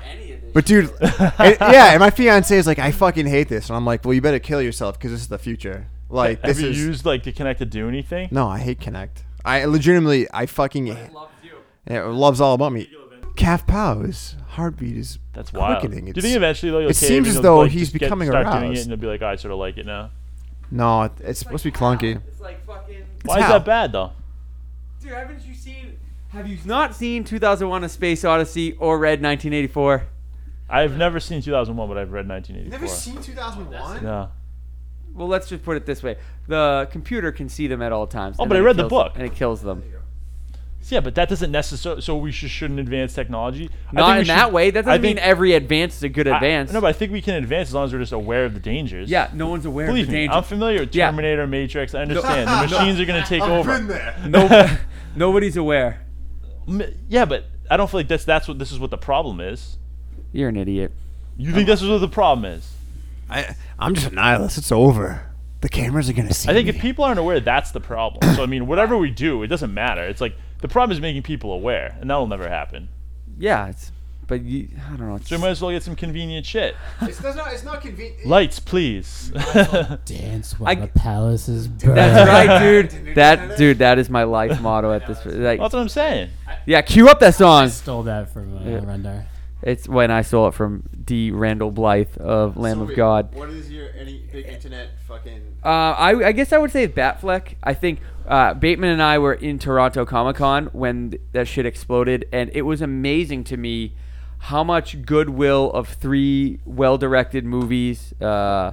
But dude, and- yeah, and my fiance is like, I fucking hate this, and I'm like, well, you better kill yourself because this is the future. Like
Have
this
you
is
used like to connect to do anything?
no, I hate Connect. I legitimately, I fucking Yeah, it loves all about me. Calf Powers heartbeat is
That's wild.
quickening.
Do you
It's-
think eventually like,
it seems as though he's becoming
start doing it
aroused.
and it'll be like, I sort of like it now.
no, it- it's supposed to be clunky.
It's like fucking.
Why
It's
is
how.
that bad though?
Dude, haven't you seen? Have you not seen 2001: A Space Odyssey or read 1984?
I've never seen 2001, but I've read 1984.
2001?
No.
Well, let's just put it this way: the computer can see them at all times.
Oh,
and
but
then
I
it
read the
kills them-
book.
and it kills them.
Yeah, but that doesn't necessarily. So we just shouldn't advance technology. I think
Not
we
in
should-
that way. That
I
doesn't mean
think-
every advance is a good
I-
advance.
no, but I think we can advance as long as we're just aware of the dangers.
yeah, no one's aware
Believe
of the
me,
danger.
I'm familiar with
Yeah.
Terminator, Matrix. I understand the machines are going to take
I've been
over.
there.
no, nobody's aware.
M- Yeah, but I don't feel like that's that's what this is what the problem is.
You're an idiot.
You think this is what the problem is?
I, I'm just a nihilist. It's over. The cameras are gonna see.
I think
me.
if people aren't aware, that's the problem. So I mean, whatever we do, it doesn't matter. It's like the problem is making people aware, and that'll never happen.
Yeah, it's but you, I don't know. It's
So we might as well get some convenient shit.
It's not. It's not convenient.
Lights, please.
Dance
I-
while the palace is burning.
that's right, dude. That dude, that is my life motto at this. Like,
that's what I'm saying.
yeah, cue up that song.
Stole that from uh,
Yeah.
Rendar.
It's when I stole it from D. Randall Blythe of Lamb
So
of
wait,
God.
What is your any big internet fucking?
Uh, I, I guess I would say Batfleck. I think uh, Bateman and I were in Toronto Comic Con when th- that shit exploded, and it was amazing to me how much goodwill of three well-directed movies uh,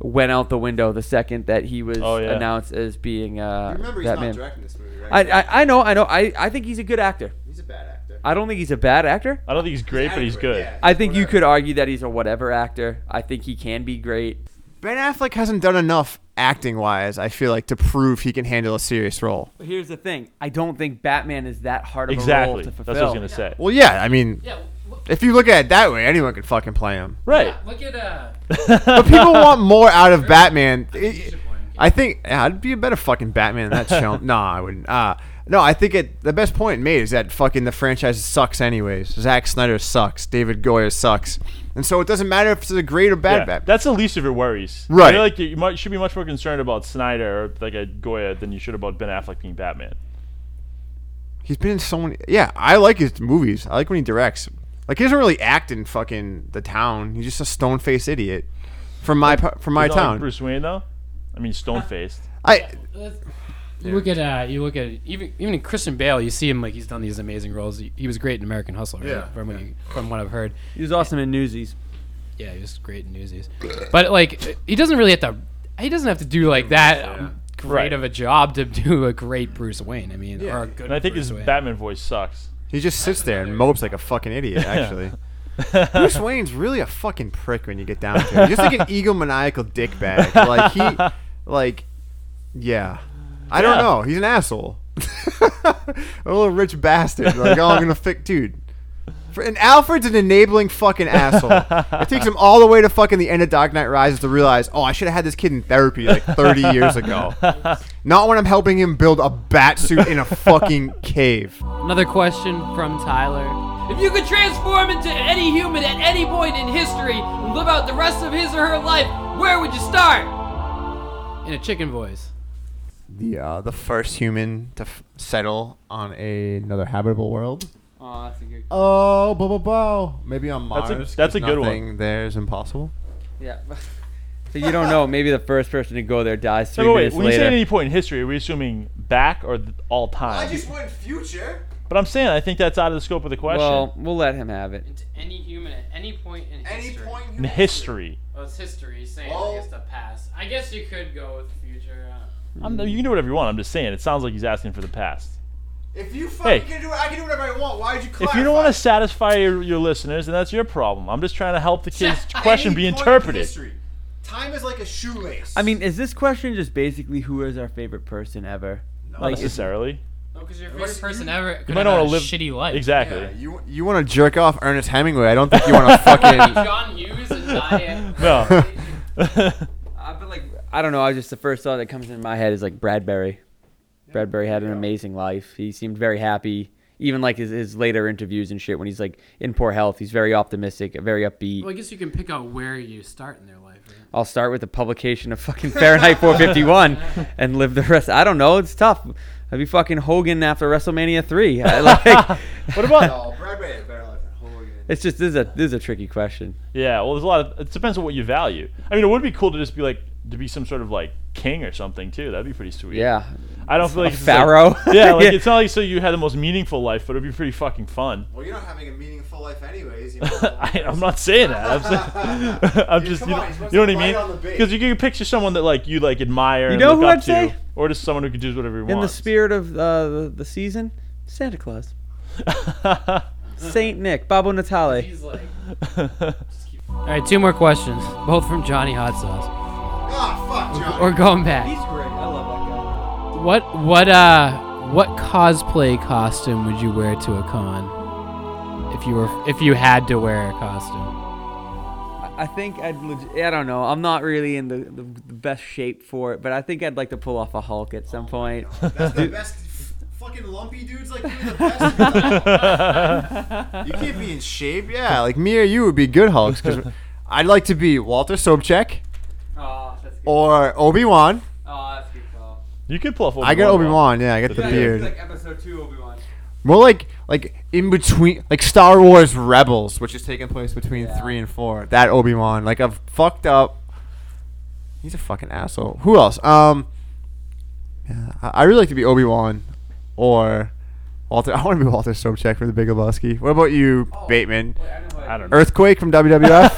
went out the window the second that he was
Oh, yeah.
announced as being uh,
Remember, he's
Batman.
not directing this movie, right?
I, I, I know, I know. I, I think he's a good actor.
he's a bad actor.
I don't think he's a bad actor.
I don't think he's great, but he's
Adequate,
good.
yeah,
I think you
whatever.
could argue that he's a whatever actor. I think he can be great.
Ben Affleck hasn't done enough acting wise, I feel like to prove he can handle a serious role.
But here's the thing: I don't think Batman is that hard of a role
Exactly.
to
That's
fulfill.
what I was gonna say.
Well, yeah, I mean,
Yeah,
if you look at it that way, anyone could fucking play him.
Right.
look at uh.
But people want more out of Batman. It- I think yeah, I'd be a better fucking Batman than that chump. nah, I wouldn't. Uh, no, I think it, the best point made is that fucking the franchise sucks anyways. Zack Snyder sucks. David Goyer sucks. And so it doesn't matter if it's a great or bad
Yeah,
Batman.
That's the least of your worries. I
Right.
feel like you you might, should be much more concerned about Snyder or like a Goya than you should about Ben Affleck being Batman.
He's been in so many. Yeah, I like his movies. I like when he directs. Like he doesn't really act in fucking the town. He's just a stone faced idiot from my pa- from my
He's not like
town.
Bruce Wayne though. I mean, stone faced.
I
You look at uh, you look at even even in Christian Bale, you see him like he's done these amazing roles. He, he was great in American Hustle, right?
Yeah,
From what you- from what I've heard,
He was awesome in Newsies.
yeah, he was great in Newsies. But like he doesn't really have to. He doesn't have to do like that um, great
Right.
of a job to do a great Bruce Wayne. I mean, or a good.
And I think
Bruce
his
Wayne.
Batman voice sucks.
he just sits there and mopes like a fucking idiot. Actually, Bruce Wayne's really a fucking prick when you get down to it. He's just like an egomaniacal dickbag. Like he, like, yeah. I don't
Yeah.
know. He's an asshole. a little rich bastard. Like, oh, I'm gonna fix, dude. For, and Alfred's an enabling fucking asshole. It takes him all the way to fucking the end of Dark Knight Rises to realize, oh, I should have had this kid in therapy like 30 years ago. Not when I'm helping him build a bat suit in a fucking cave.
Another question from Tyler. If you could transform into any human at any point in history and live out the rest of his or her life, where would you start? In a chicken voice.
The uh, the first human to f- settle on a- another habitable world.
Oh, that's a good.
Oh, bo bo bo. Maybe on Mars.
That's a- that's a
'cause
good one.
nothing There is impossible.
Yeah. so you don't know. Maybe the first person to go there dies three
No, but wait,
minutes
when you say
later.
at any point in history, are we assuming back or th- all
I
time?
just went future.
but I'm saying I think that's out of the scope of the question.
well, we'll let him have it.
Into any human at any point in
Any
history.
point
in history,
Well, it's history saying
Well-
it's the past. I guess you could go with the future. I don't know.
I'm, you can do whatever you want. I'm just saying it sounds like he's asking for the past.
If you fucking
Hey.
can do it, I can do whatever I want. Why'd you?
If you don't want to satisfy your, your listeners, then that's your problem. I'm just trying to help the kids' question be interpreted.
Time is like a shoelace.
I mean, is this question just basically who is our favorite person ever?
Not necessarily.
No, because your
Unless
favorite person ever could
might
have
not
had a
wanna live-
shitty life.
Exactly.
Yeah,
You you want to jerk off Ernest Hemingway? I don't think you want to fucking.
John Hughes and die.
No.
I've been like, I don't know. I just the first thought that comes in my head is like Bradbury. Bradbury had an amazing life. He seemed very happy. Even like his, his later interviews and shit, when he's like in poor health, he's very optimistic, very upbeat.
Well, I guess you can pick out where you start in their life. Right?
I'll start with the publication of fucking Fahrenheit 451 and live the rest. I don't know. It's tough. I'd be fucking Hogan after WrestleMania three. I, like,
what about?
no, Bradbury had a better life than Hogan.
it's just this is a this is a tricky question.
Yeah. Well, there's a lot of. It depends on what you value. I mean, it would be cool to just be like to be some sort of like king or something too. That'd be pretty sweet.
Yeah,
I don't feel like
a
it's just like-
pharaoh.
yeah, like
Yeah.
it's not like so you had the most meaningful life, but it'd be pretty fucking fun.
Well, you're not having a meaningful life anyways. You know?
I, I'm not saying that. I'm, saying, I'm
Dude,
just,
come
you know,
on, you're supposed
you know
to
what I
ride on the
mean?
bait.
Because you can picture someone that like you like admire and
know
look
who
up
I'd
to,
say?
or just someone who could do whatever he
in the
wants.
spirit of uh, the, the season, Santa Claus, Saint Nick, Babbo Natale.
All right, two more questions, both from Johnny Hot Sauce.
Ah, fuck, John.
We're going back.
He's great. I love that guy.
What what uh what cosplay costume would you wear to a con? If you were if you had to wear a costume.
I I think I'd. Leg- I don't know. I'm not really in the, the, the best shape for it, but I think I'd like to pull off a Hulk at some point.
That's the best. f- Fucking lumpy dudes like you're the best. you can't be in shape.
Yeah, like me or you would be good Hulks because I'd like to be Walter Sobchak
Oh, that's good.
or Obi Wan.
Oh, that's good call.
You could pull off.
I got Obi Wan. Yeah, I got the
Yeah,
beard.
episode two Obi Wan.
More like like in between, like Star Wars Rebels, which is taking place between three and four. That Obi Wan, like a fucked up. He's a fucking asshole. Who else? Um, yeah, I I really like to be Obi Wan, or Walter. I want to be Walter Sobchak from The Big Lebowski. What about you, Bateman?
Oh, I don't know.
Earthquake from WWF.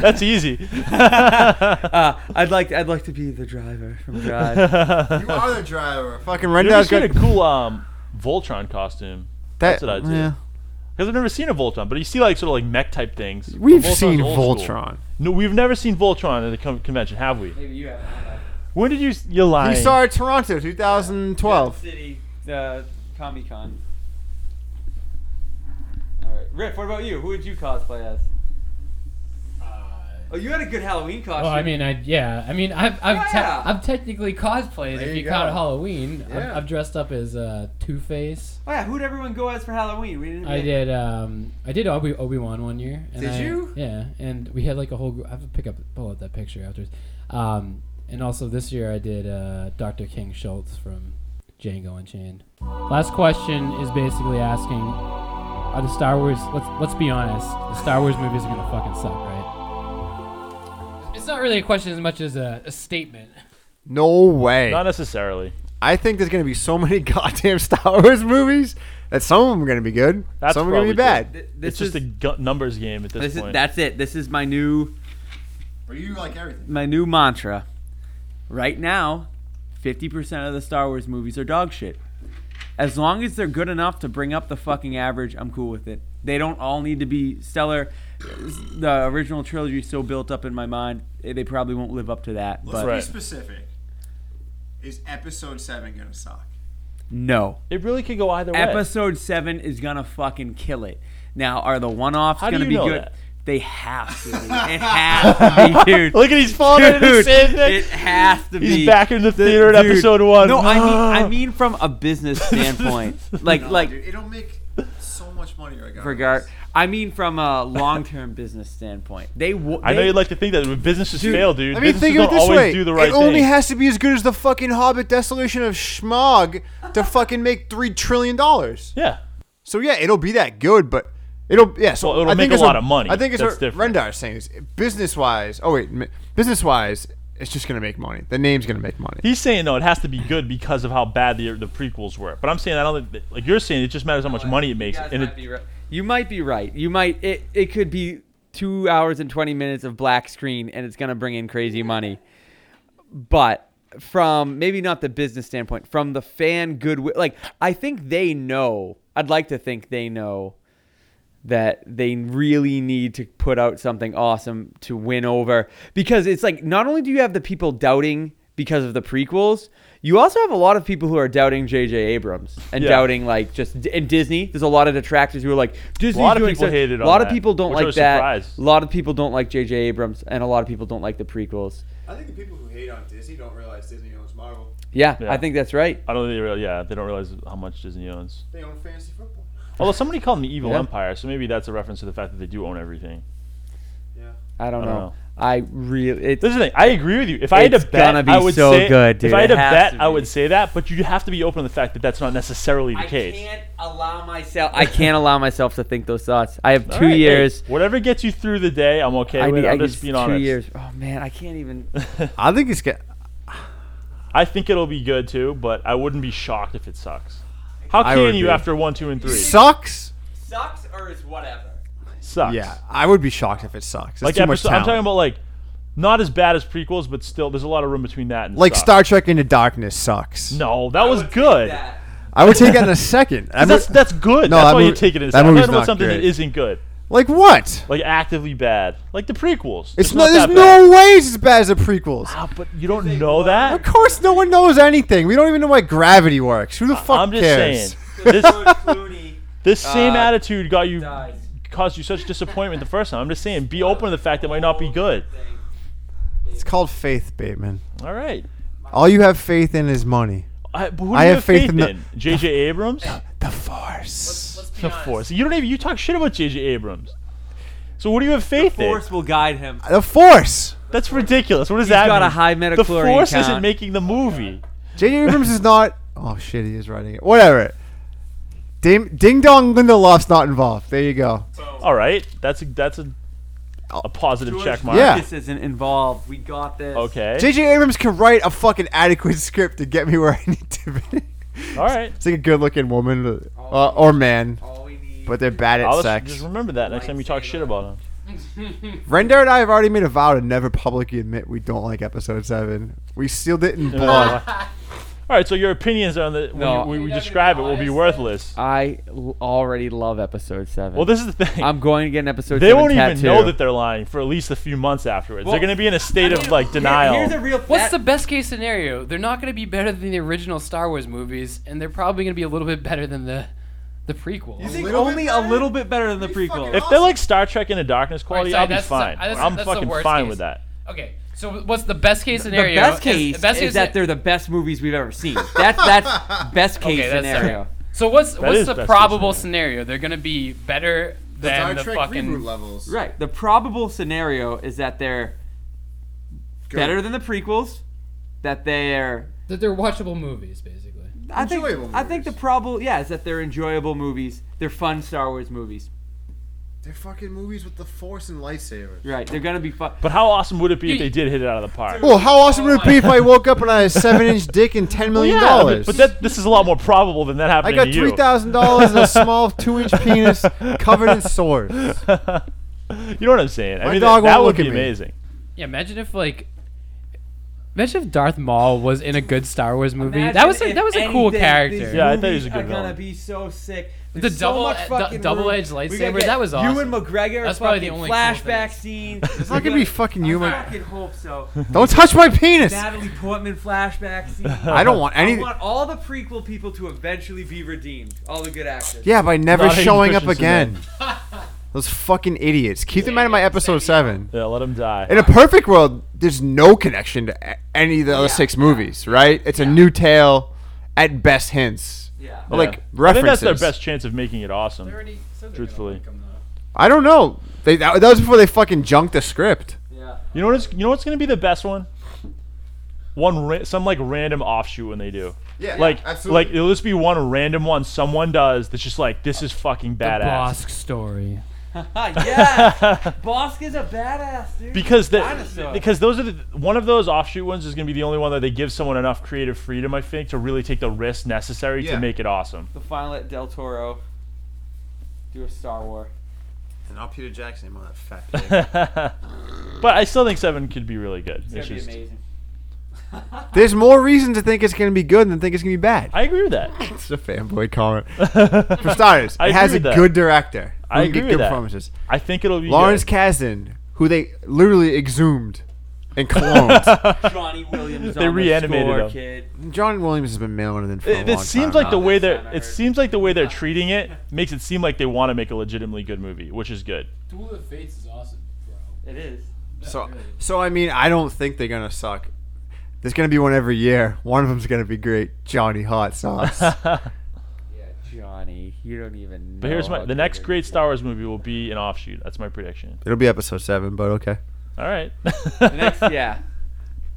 That's easy.
Uh, I'd like. I'd like to be the driver from Drive.
You are the driver. Fuck.
fucking
I've never
Rendell's
seen
got
a cool um, Voltron costume. That's what I do.
yeah.
Because I've never seen a Voltron, but you see like sort of like mech type things.
We've
Voltron's
seen
old school.
Voltron.
No, we've never seen Voltron at a con- convention, have we? Maybe you have. When did you? s- You're lying.
He saw it Toronto 2012.
City, uh, Comic Con. All right, Riff. What about you? Who would you cosplay as?
Uh,
Oh, you had a good Halloween costume.
Well, I mean, I yeah, I mean, I've I've, te-
Yeah.
I've technically cosplayed
Oh, There
if
you
you count
go.
Halloween.
Yeah.
I've, I've dressed up as uh, Two Face.
oh yeah, who'd everyone go as for Halloween? We didn't.
I did. Um, I did Obi Obi Wan one year. And
Did
I-
you?
Yeah, and we had like a whole. Gr- I have to pick up, pull out that picture afterwards. Um, and also this year I did uh, Dr. King Schultz from Django Unchained. Last question is basically asking: Are the Star Wars? Let's let's be honest. The Star Wars movies are gonna fucking suck, right? It's not really a question as much as a, a statement.
No way.
Not necessarily.
I think there's gonna be so many goddamn Star Wars movies that some of them are gonna be good,
That's
some are gonna be
probably
bad.
Th-
It's
This
just
is,
a gu- numbers game at this,
this is
point.
that's it. This is my new
But you like everything.
my new mantra. Right now, 50% of the Star Wars movies are dog shit. As long as they're good enough to bring up the fucking average, I'm cool with it. They don't all need to be stellar. The original trilogy is so built up in my mind, eh, they probably won't live up to that.
Let's
But
Right.
be specific. Is episode seven gonna suck?
no.
it really could go either way.
Episode 7 is going to fucking kill it. Now, are the one offs
How do
going to
you
be
know
good?
that?
They have to be. It has to be, dude.
Look at he's falling into the
Dude,
same thing.
it has to
He's
be.
back in the theater at
Dude,
episode one.
No, I mean, I mean from a business standpoint. like,
No,
like
dude, it'll make so much money regardless.
regard. I mean from a long-term business standpoint. They. W-
I know
they-
you'd like to think that but businesses fail, dude.
I mean,
businesses
think
don't
of it this
always
way:
do the right
it
thing.
only has to be as good as the fucking Hobbit Desolation of Schmog to fucking make three trillion dollars.
yeah.
So yeah, it'll be that good, but it'll yeah. So
Well, it'll
I think
make a
it's
lot of money.
I think it's
That's
what
different.
Rendar is saying is business wise. Oh wait, business wise, it's just gonna make money. The name's gonna make money.
He's saying no, it has to be good because of how bad the the prequels were. But I'm saying I don't think like you're saying it just matters how much money it makes.
You guys
And
might
it,
be right. You might be right. You might. It. It could be two hours and twenty minutes of black screen, and it's gonna bring in crazy money. But from maybe not the business standpoint, from the fan goodwill, like I think they know. I'd like to think they know that they really need to put out something awesome to win over because it's like not only do you have the people doubting because of the prequels you also have a lot of people who are doubting jj abrams and
Yeah.
doubting like just and disney there's a lot of detractors who are like disney
lot of
doing
people
such-
hated
a
on
lot of
that,
people don't
which I
like
was
that
surprised.
a lot of people don't like jj abrams and a lot of people don't like the prequels
I think the people who hate on Disney don't realize Disney owns Marvel.
yeah,
Yeah.
i think that's right
I don't think they real yeah they don't realize how much Disney owns.
They own fantasy football.
Although somebody called them the evil
Yeah.
empire, so maybe that's a reference to the fact that they do own everything.
Yeah.
i don't,
I don't
know.
know.
i really it,
This is the thing. I agree with you. If I had to
It's
bet,
gonna be
I would
so
say
good, dude.
if I had
It
to
has
bet,
to
I
be.
would say that. But you have to be open to the fact that that's not necessarily the
I
case.
can't allow myself. I can't allow myself to think those thoughts. I have
All
two
right, hey,
years.
whatever gets you through the day, I'm okay
I
with.
need.
it.
I
I'm
need
just being
two
honest.
years. Oh man, I can't even.
I think it's get.
I think it'll be good too, but I wouldn't be shocked if it sucks. How
I
can
would
you
be.
after one, two, and three?
Sucks.
Sucks or is whatever.
sucks.
Yeah, I would be shocked if it sucks. It's
Like
too much
episode, I'm
talent.
talking about like not as bad as prequels, but still there's a lot of room between that and
like
sucks.
Star Trek Into Darkness sucks.
No, that was good.
I would take it in a second. I
that's
mean-
that's good.
No,
that's
that
why you
movie-
take it in. a
that
second. I'm
movie's
talking about
not
something that
great.
isn't good,
like what?
like actively bad, like the prequels.
It's, not.
that
There's
bad.
no way it's as bad as the prequels.
Ah, but you don't know that.
Of course, no one knows anything. We don't even know why gravity works. Who the fuck
I'm just
cares?
saying. This,
Clooney.
this same
Uh,
attitude got you
dies.
caused you such disappointment the first time. I'm just saying, be open to the fact that it might not be good.
It's called faith, Bateman.
All right.
All you have faith in is money.
I, but who do
I
you
have
have faith,
faith in the-
in? J.J. Abrams?
The Force.
the Force. You don't even you talk shit about J.J. Abrams. So what do you have faith in?
Force will guide him.
The Force.
That's ridiculous. What does
He's
that mean?
got a high
the
metachlorine
Force
count.
isn't making the movie.
J.J. Abrams is not. Oh shit, he is writing it. Whatever. Ding, ding dong, Lindelof's not involved. There you go.
All right. That's a, that's a a positive check mark.
Yeah.
This isn't involved. We got this.
Okay.
J.J. Abrams can write a fucking adequate script to get me where I need to be.
All right.
It's like a good-looking woman with- uh, or man,
All we need.
but they're bad at
I'll just,
sex.
just remember that next time you talk shit about him.
Render and I have already made a vow to never publicly admit we don't like episode seven. We sealed it in blood.
All right, so your opinions on the when,
No.
you, when we describe it will be worthless.
I l- already love episode seven.
Well, this is the thing.
I'm going to get an episode.
they
seven
won't even
tattoo.
know that they're lying for at least a few months afterwards. they're going to be in a state of like denial.
Here's a real.
What's
that-
the best case scenario? They're not going to be better than the original Star Wars movies, and they're probably going to be a little bit better than the the prequel.
think
only a little bit better than the prequel.
if they're like Star Trek Into Darkness quality,
sorry,
I'll be
that's-
fine.
that's-
I'm
that's the
fucking
worst
fine
case.
with that.
Okay, so what's the best case
the
scenario?
best case
the best
is,
case
that
sce-
they're the best movies we've ever seen.
That's that's best case
Okay, that's
scenario.
So what's
is
what's the
best case
probable scenario? They're going to be better
Star
than the
Trek reboot
fucking.
levels.
Right. The probable scenario is that they're better than the prequels. That they're.
That they're watchable movies, basically.
I think.
Enjoyable
I think the
movies.
probable. Yeah, is that they're enjoyable movies. They're fun Star Wars movies.
They're fucking movies with the Force and lightsabers.
Right. They're gonna be fun.
But how awesome would it be if they did hit it out of the park?
Well, Oh, how awesome would it be if I woke up and I had a seven-inch dick and ten
Well,
million
yeah,
dollars?
but, but that, this is a lot more probable than that
I
happening
got
to you.
three thousand dollars and a small two-inch penis covered in sores.
you know what I'm saying? I
My
mean,
dog
that, that
won't
would
look
be
at me.
amazing.
Yeah, imagine if like. Imagine if Darth Maul was in a good Star Wars movie. that
Imagine
was a,
if
that was a cool
anything,
character.
these
Yeah, I thought he was a
movies
good
are gonna
villain.
be so sick.
The
There's so
double-
much
uh, du-
fucking room.
double-edged
We gotta
lightsabers,
get
that was awesome.
Ewan McGregor.
That's probably the
fucking
only cool
flashback
thing.
scene.
It's not gonna be fucking human.
I fucking hope so.
Don't touch my penis.
Natalie Portman flashback scene.
I don't want
I
anything.
want all the prequel people to eventually be redeemed. All the good actors.
Yeah, by never
Not Hayden
showing up
Christensen
again. Those fucking idiots. Keep them out of my episode seven.
Yeah, let him die.
In a perfect world, there's no connection to a- any of the other six movies, right? It's a new tale, at best hints,
Yeah.
Or, like
I
references.
think that's their best chance of making it awesome. Truthfully.
I don't know. They, that, that was before they fucking junked the script.
Yeah.
You know what's you know what's gonna be the best one? One ra- some like random offshoot when they do.
Yeah,
Like
absolutely.
like it'll just be one random one someone does that's just like this is fucking badass.
Bosk story.
Ah, yeah. Bosk is a badass, dude.
Because the,
Dinosaur.
because those are the one of those offshoot ones is gonna be the only one that they give someone enough creative freedom I think to really take the risk necessary
Yeah.
to make it awesome.
the final let Del Toro do a Star War.
And I'll Peter Jackson on that fat pig.
but I still think seven could be really good.
It's
It's
gonna be
just-
amazing.
There's more reason to think it's gonna be good than think it's gonna be bad.
I agree with that.
It's a fanboy comment. For starters,
I
it
agree
has a
with that.
good director. who
I
can
agree
get
with
good
that.
performances.
I think it'll be
Lawrence
good.
Kasdan, who they literally exhumed and cloned.
Johnny Williams.
They
on the
reanimated
score,
him.
Kid.
John Williams has been mailing it in for a
It, it
long
seems
time
like the
now.
way
That's
they're
not
it
hurt.
seems like the way they're treating it makes it seem like they want to make a legitimately good movie, which is good.
Duel of Fates is awesome, bro.
It is.
So, so I mean, I don't think they're gonna suck. There's gonna be one every year. One of them's gonna be great. Johnny Hot Sauce.
Yeah, Johnny. You don't even. know
But here's my
how
the next
Oh, good
great Star Wars movie will be an offshoot. That's my prediction.
It'll be episode seven, but okay.
All right.
The next, yeah.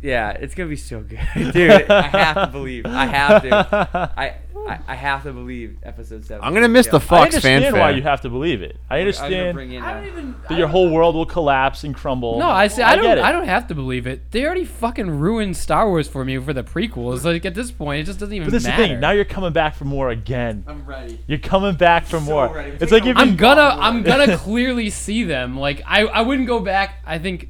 Yeah, it's gonna be so good, dude. I have to believe. I have to. I, I, I have to believe episode seven.
I'm gonna miss the
I
Fox
understand
fanfare.
why you have to believe it. I
I'm gonna bring
understand
in.
I
uh,
don't even.
that your whole world will collapse and crumble.
No, I say I
get
don't.
it.
I don't have to believe it. They already fucking ruined Star Wars for me for the prequels. Like at this point, it just doesn't even
But this is the
matter.
thing. Now you're coming back for more again.
I'm ready.
You're coming back for more.
ready.
It's like if
I'm
you-
gonna I'm gonna clearly see them. Like I I wouldn't go back. I think.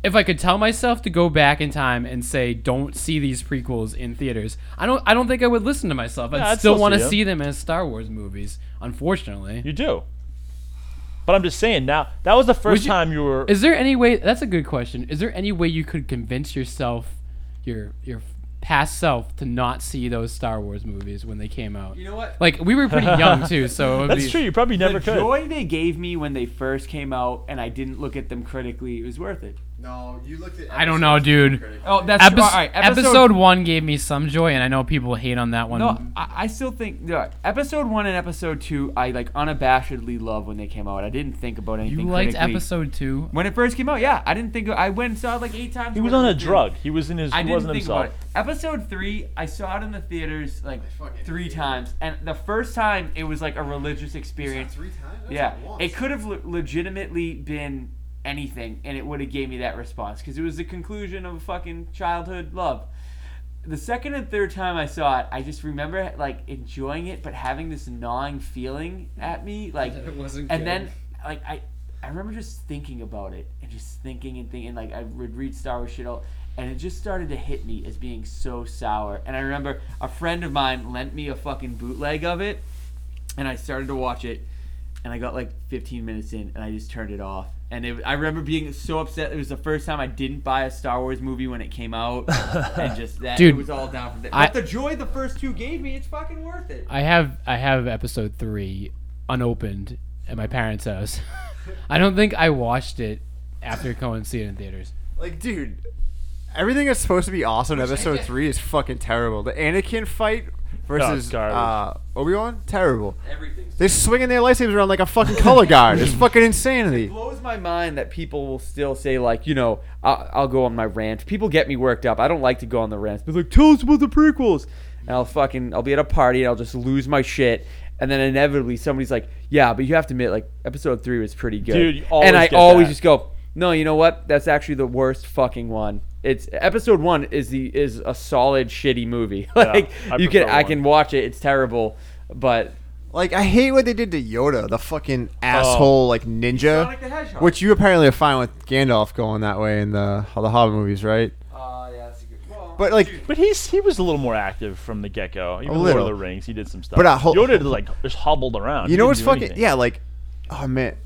if I could tell myself to go back in time and say don't see these prequels in theaters, I don't I don't think I would listen to myself. I'd
Yeah, I'd
still,
still
want
see
to
'em.
see them as Star Wars movies, unfortunately.
You do. But I'm just saying now that was the first
you-
time you were
Is there any way? That's a good question. Is there any way you could convince yourself, your your past self, to not see those Star Wars movies when they came out?
You know what?
Like we were pretty young too, so it would
That's
be,
true, you probably never
the
could.
joy they gave me when they first came out, and I didn't look at them critically. It was worth it.
No, you looked at.
I don't know,
episodes
dude.
Oh, that's
Epis-
true. all right.
episode, one gave me some joy, and I know people hate on that one.
No, I, I still think no, episode one and episode two. I like unabashedly love when they came out. I didn't think about
you
anything.
liked
critically.
episode two.
when it first came out. Yeah, I didn't think. I went and saw it like eight times.
he was
when
on
it
a
was-
drug. He was in his
I
he
didn't
wasn't
think
himself.
about it. Episode three, I saw it in the theaters like
fucking
three
hate it.
times, and the first time it was like a religious experience.
Three times. That's
Yeah,
like once.
it could have le- legitimately been anything, and it would have gave me that response because it was the conclusion of a fucking childhood love. The second and third time I saw it, I just remember like enjoying it, but having this gnawing feeling at me, like,
That it wasn't
and
good.
then like I, I remember just thinking about it and just thinking and thinking. Like I would read Star Wars shit all, and it just started to hit me as being so sour. And I remember a friend of mine lent me a fucking bootleg of it, and I started to watch it, and I got like 15 minutes in, and I just turned it off. And it, I remember being so upset. It was the first time I didn't buy a Star Wars movie when it came out, and just that
Dude,
it was all down from there.
I-
But the joy the first two gave me, it's fucking worth it.
I have I have episode three unopened at my parents' house. I don't think I watched it after going to see it in theaters.
Like, dude, everything that's supposed to be awesome in episode three is fucking terrible. The Anakin fight versus uh,
garbage.
Obi Wan, terrible.
Everything
They're swinging their lightsabers around like a fucking color guard. It's fucking insanity.
blows my mind that people will still say like, you know, I'll, I'll go on my rant. People get me worked up. I don't like to go on the rants. But like, tell us about the prequels. And I'll fucking, I'll be at a party and I'll just lose my shit. And then inevitably somebody's like, yeah, but you have to admit, like, episode three was pretty good.
Dude, you always
and I
get
always
that.
just go, no, you know what? That's actually the worst fucking one. It's episode one is the is a solid shitty movie. like
I
you can
prefer
I
one.
can watch it. It's terrible, but
Like, I hate what they did to Yoda, the fucking asshole like ninja.
the Hedgehog.
Which you apparently are fine with Gandalf going that way in the the Hobbit movies, right?
uh, yeah, that's a good. Well,
But like,
But he's he was a little more active from the get go. Even Lord of
little.
the Rings, he did some stuff.
But, uh, ho-
Yoda like just hobbled around.
you
He
know
didn't
what's
do
fucking
anything.
yeah, like, oh man,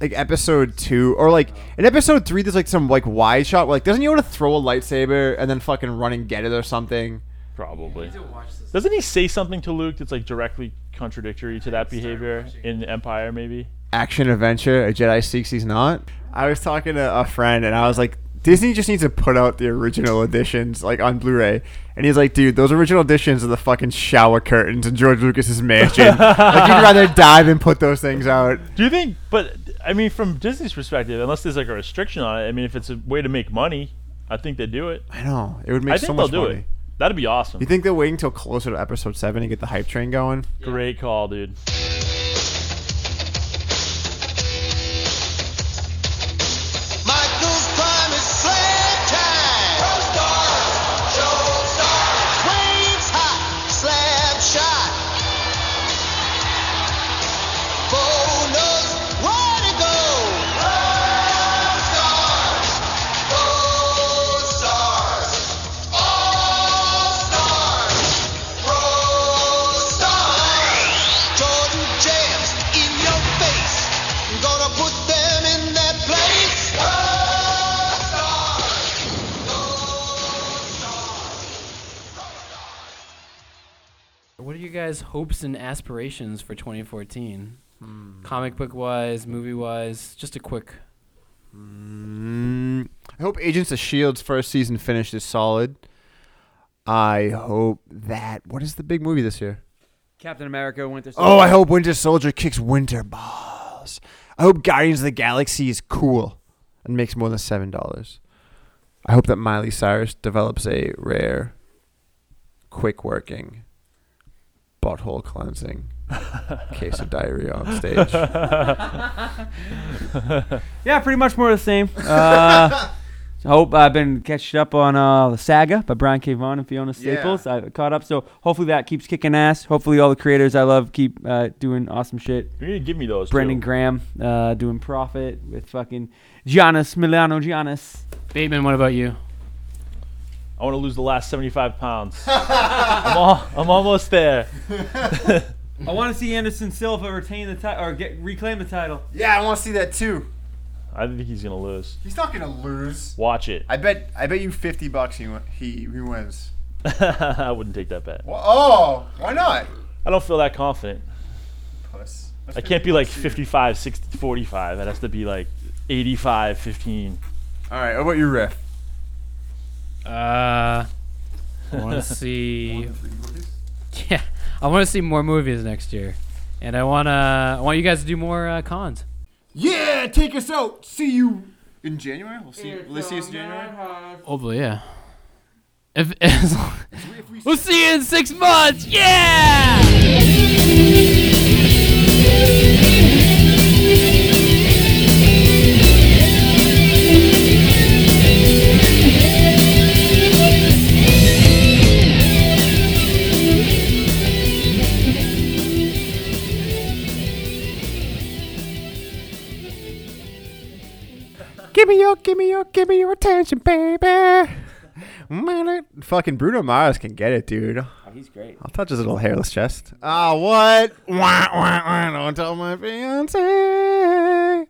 like episode two or like in episode three there's like some like wide shot where, like doesn't Yoda throw a lightsaber and then fucking run and get it or something
Probably. Doesn't he say something to Luke that's like directly contradictory to that behavior in Empire? Maybe.
action adventure a Jedi seeks he's not I was talking to a friend and I was like Disney just needs to put out the original editions like on Blu-ray and he's like dude those original editions are the fucking shower curtains in George Lucas's mansion like you'd rather die than put those things out
Do you think? But I mean, from Disney's perspective, unless there's like a restriction on it, I mean, if it's a way to make money, I think they do it.
I know it would make
I think
so
they'll
much
do
money
it. That'd be awesome.
you think they're waiting till closer to episode seven to get the hype train going
Great call, dude.
Michael's prime is slam time. Showstar, showstar. Flames hot, slab shot. Bonus, where to go? All-stars, all-stars, all-stars, all-stars. Jordan James in your face. I'm gonna put them in their place. All-stars.
What are you guys' hopes and aspirations for 2014? Comic book wise, movie wise, just a quick.
Mm, I hope Agents of Shield's first season finish is solid. I hope that what is the big movie this year?
Captain America Winter Soldier.
Oh, I hope Winter Soldier kicks winter balls. I hope Guardians of the Galaxy is cool and makes more than seven dollars. I hope that Miley Cyrus develops a rare, quick working, butthole cleansing case of diarrhea on stage.
Yeah, pretty much more of the same. Uh, Hope I've been catching up on uh, Saga by Brian K. Vaughan and Fiona Staples. I caught up, so hopefully that keeps kicking ass. Hopefully all the creators I love keep uh, doing awesome shit.
You're gonna give me those.
Brendan
too.
Graham uh, doing Profit with fucking Giannis Milano Giannis.
Bateman, what about you?
I want to lose the last 75 pounds. I'm, all, I'm almost there.
I want to see Anderson Silva retain the title or get reclaim the title.
Yeah, I want to see that too.
I think he's gonna lose.
He's not gonna lose.
Watch it.
I bet. I bet you fifty bucks he win- he, he wins.
I wouldn't take that bet.
Wha- Oh, why not?
I don't feel that confident.
Puss.
I can't be like 55, 60, 45. It has to be like 85, 15.
All right. What about your riff?
Uh, I want to see. Yeah, I want to see more movies next year, and I want to. I want you guys to do more uh, cons.
Yeah, take us out. See you in January. We'll see. You, let's see us in January.
Hopefully, yeah. If as long, we'll see you in six months. Yeah.
Give me your, give me your, give me your attention, baby. Fucking Bruno Mars can get it,
Oh,
dude.
He's great.
I'll touch his little hairless chest. Ah, what? Wah, wah, wah, don't tell my fiance.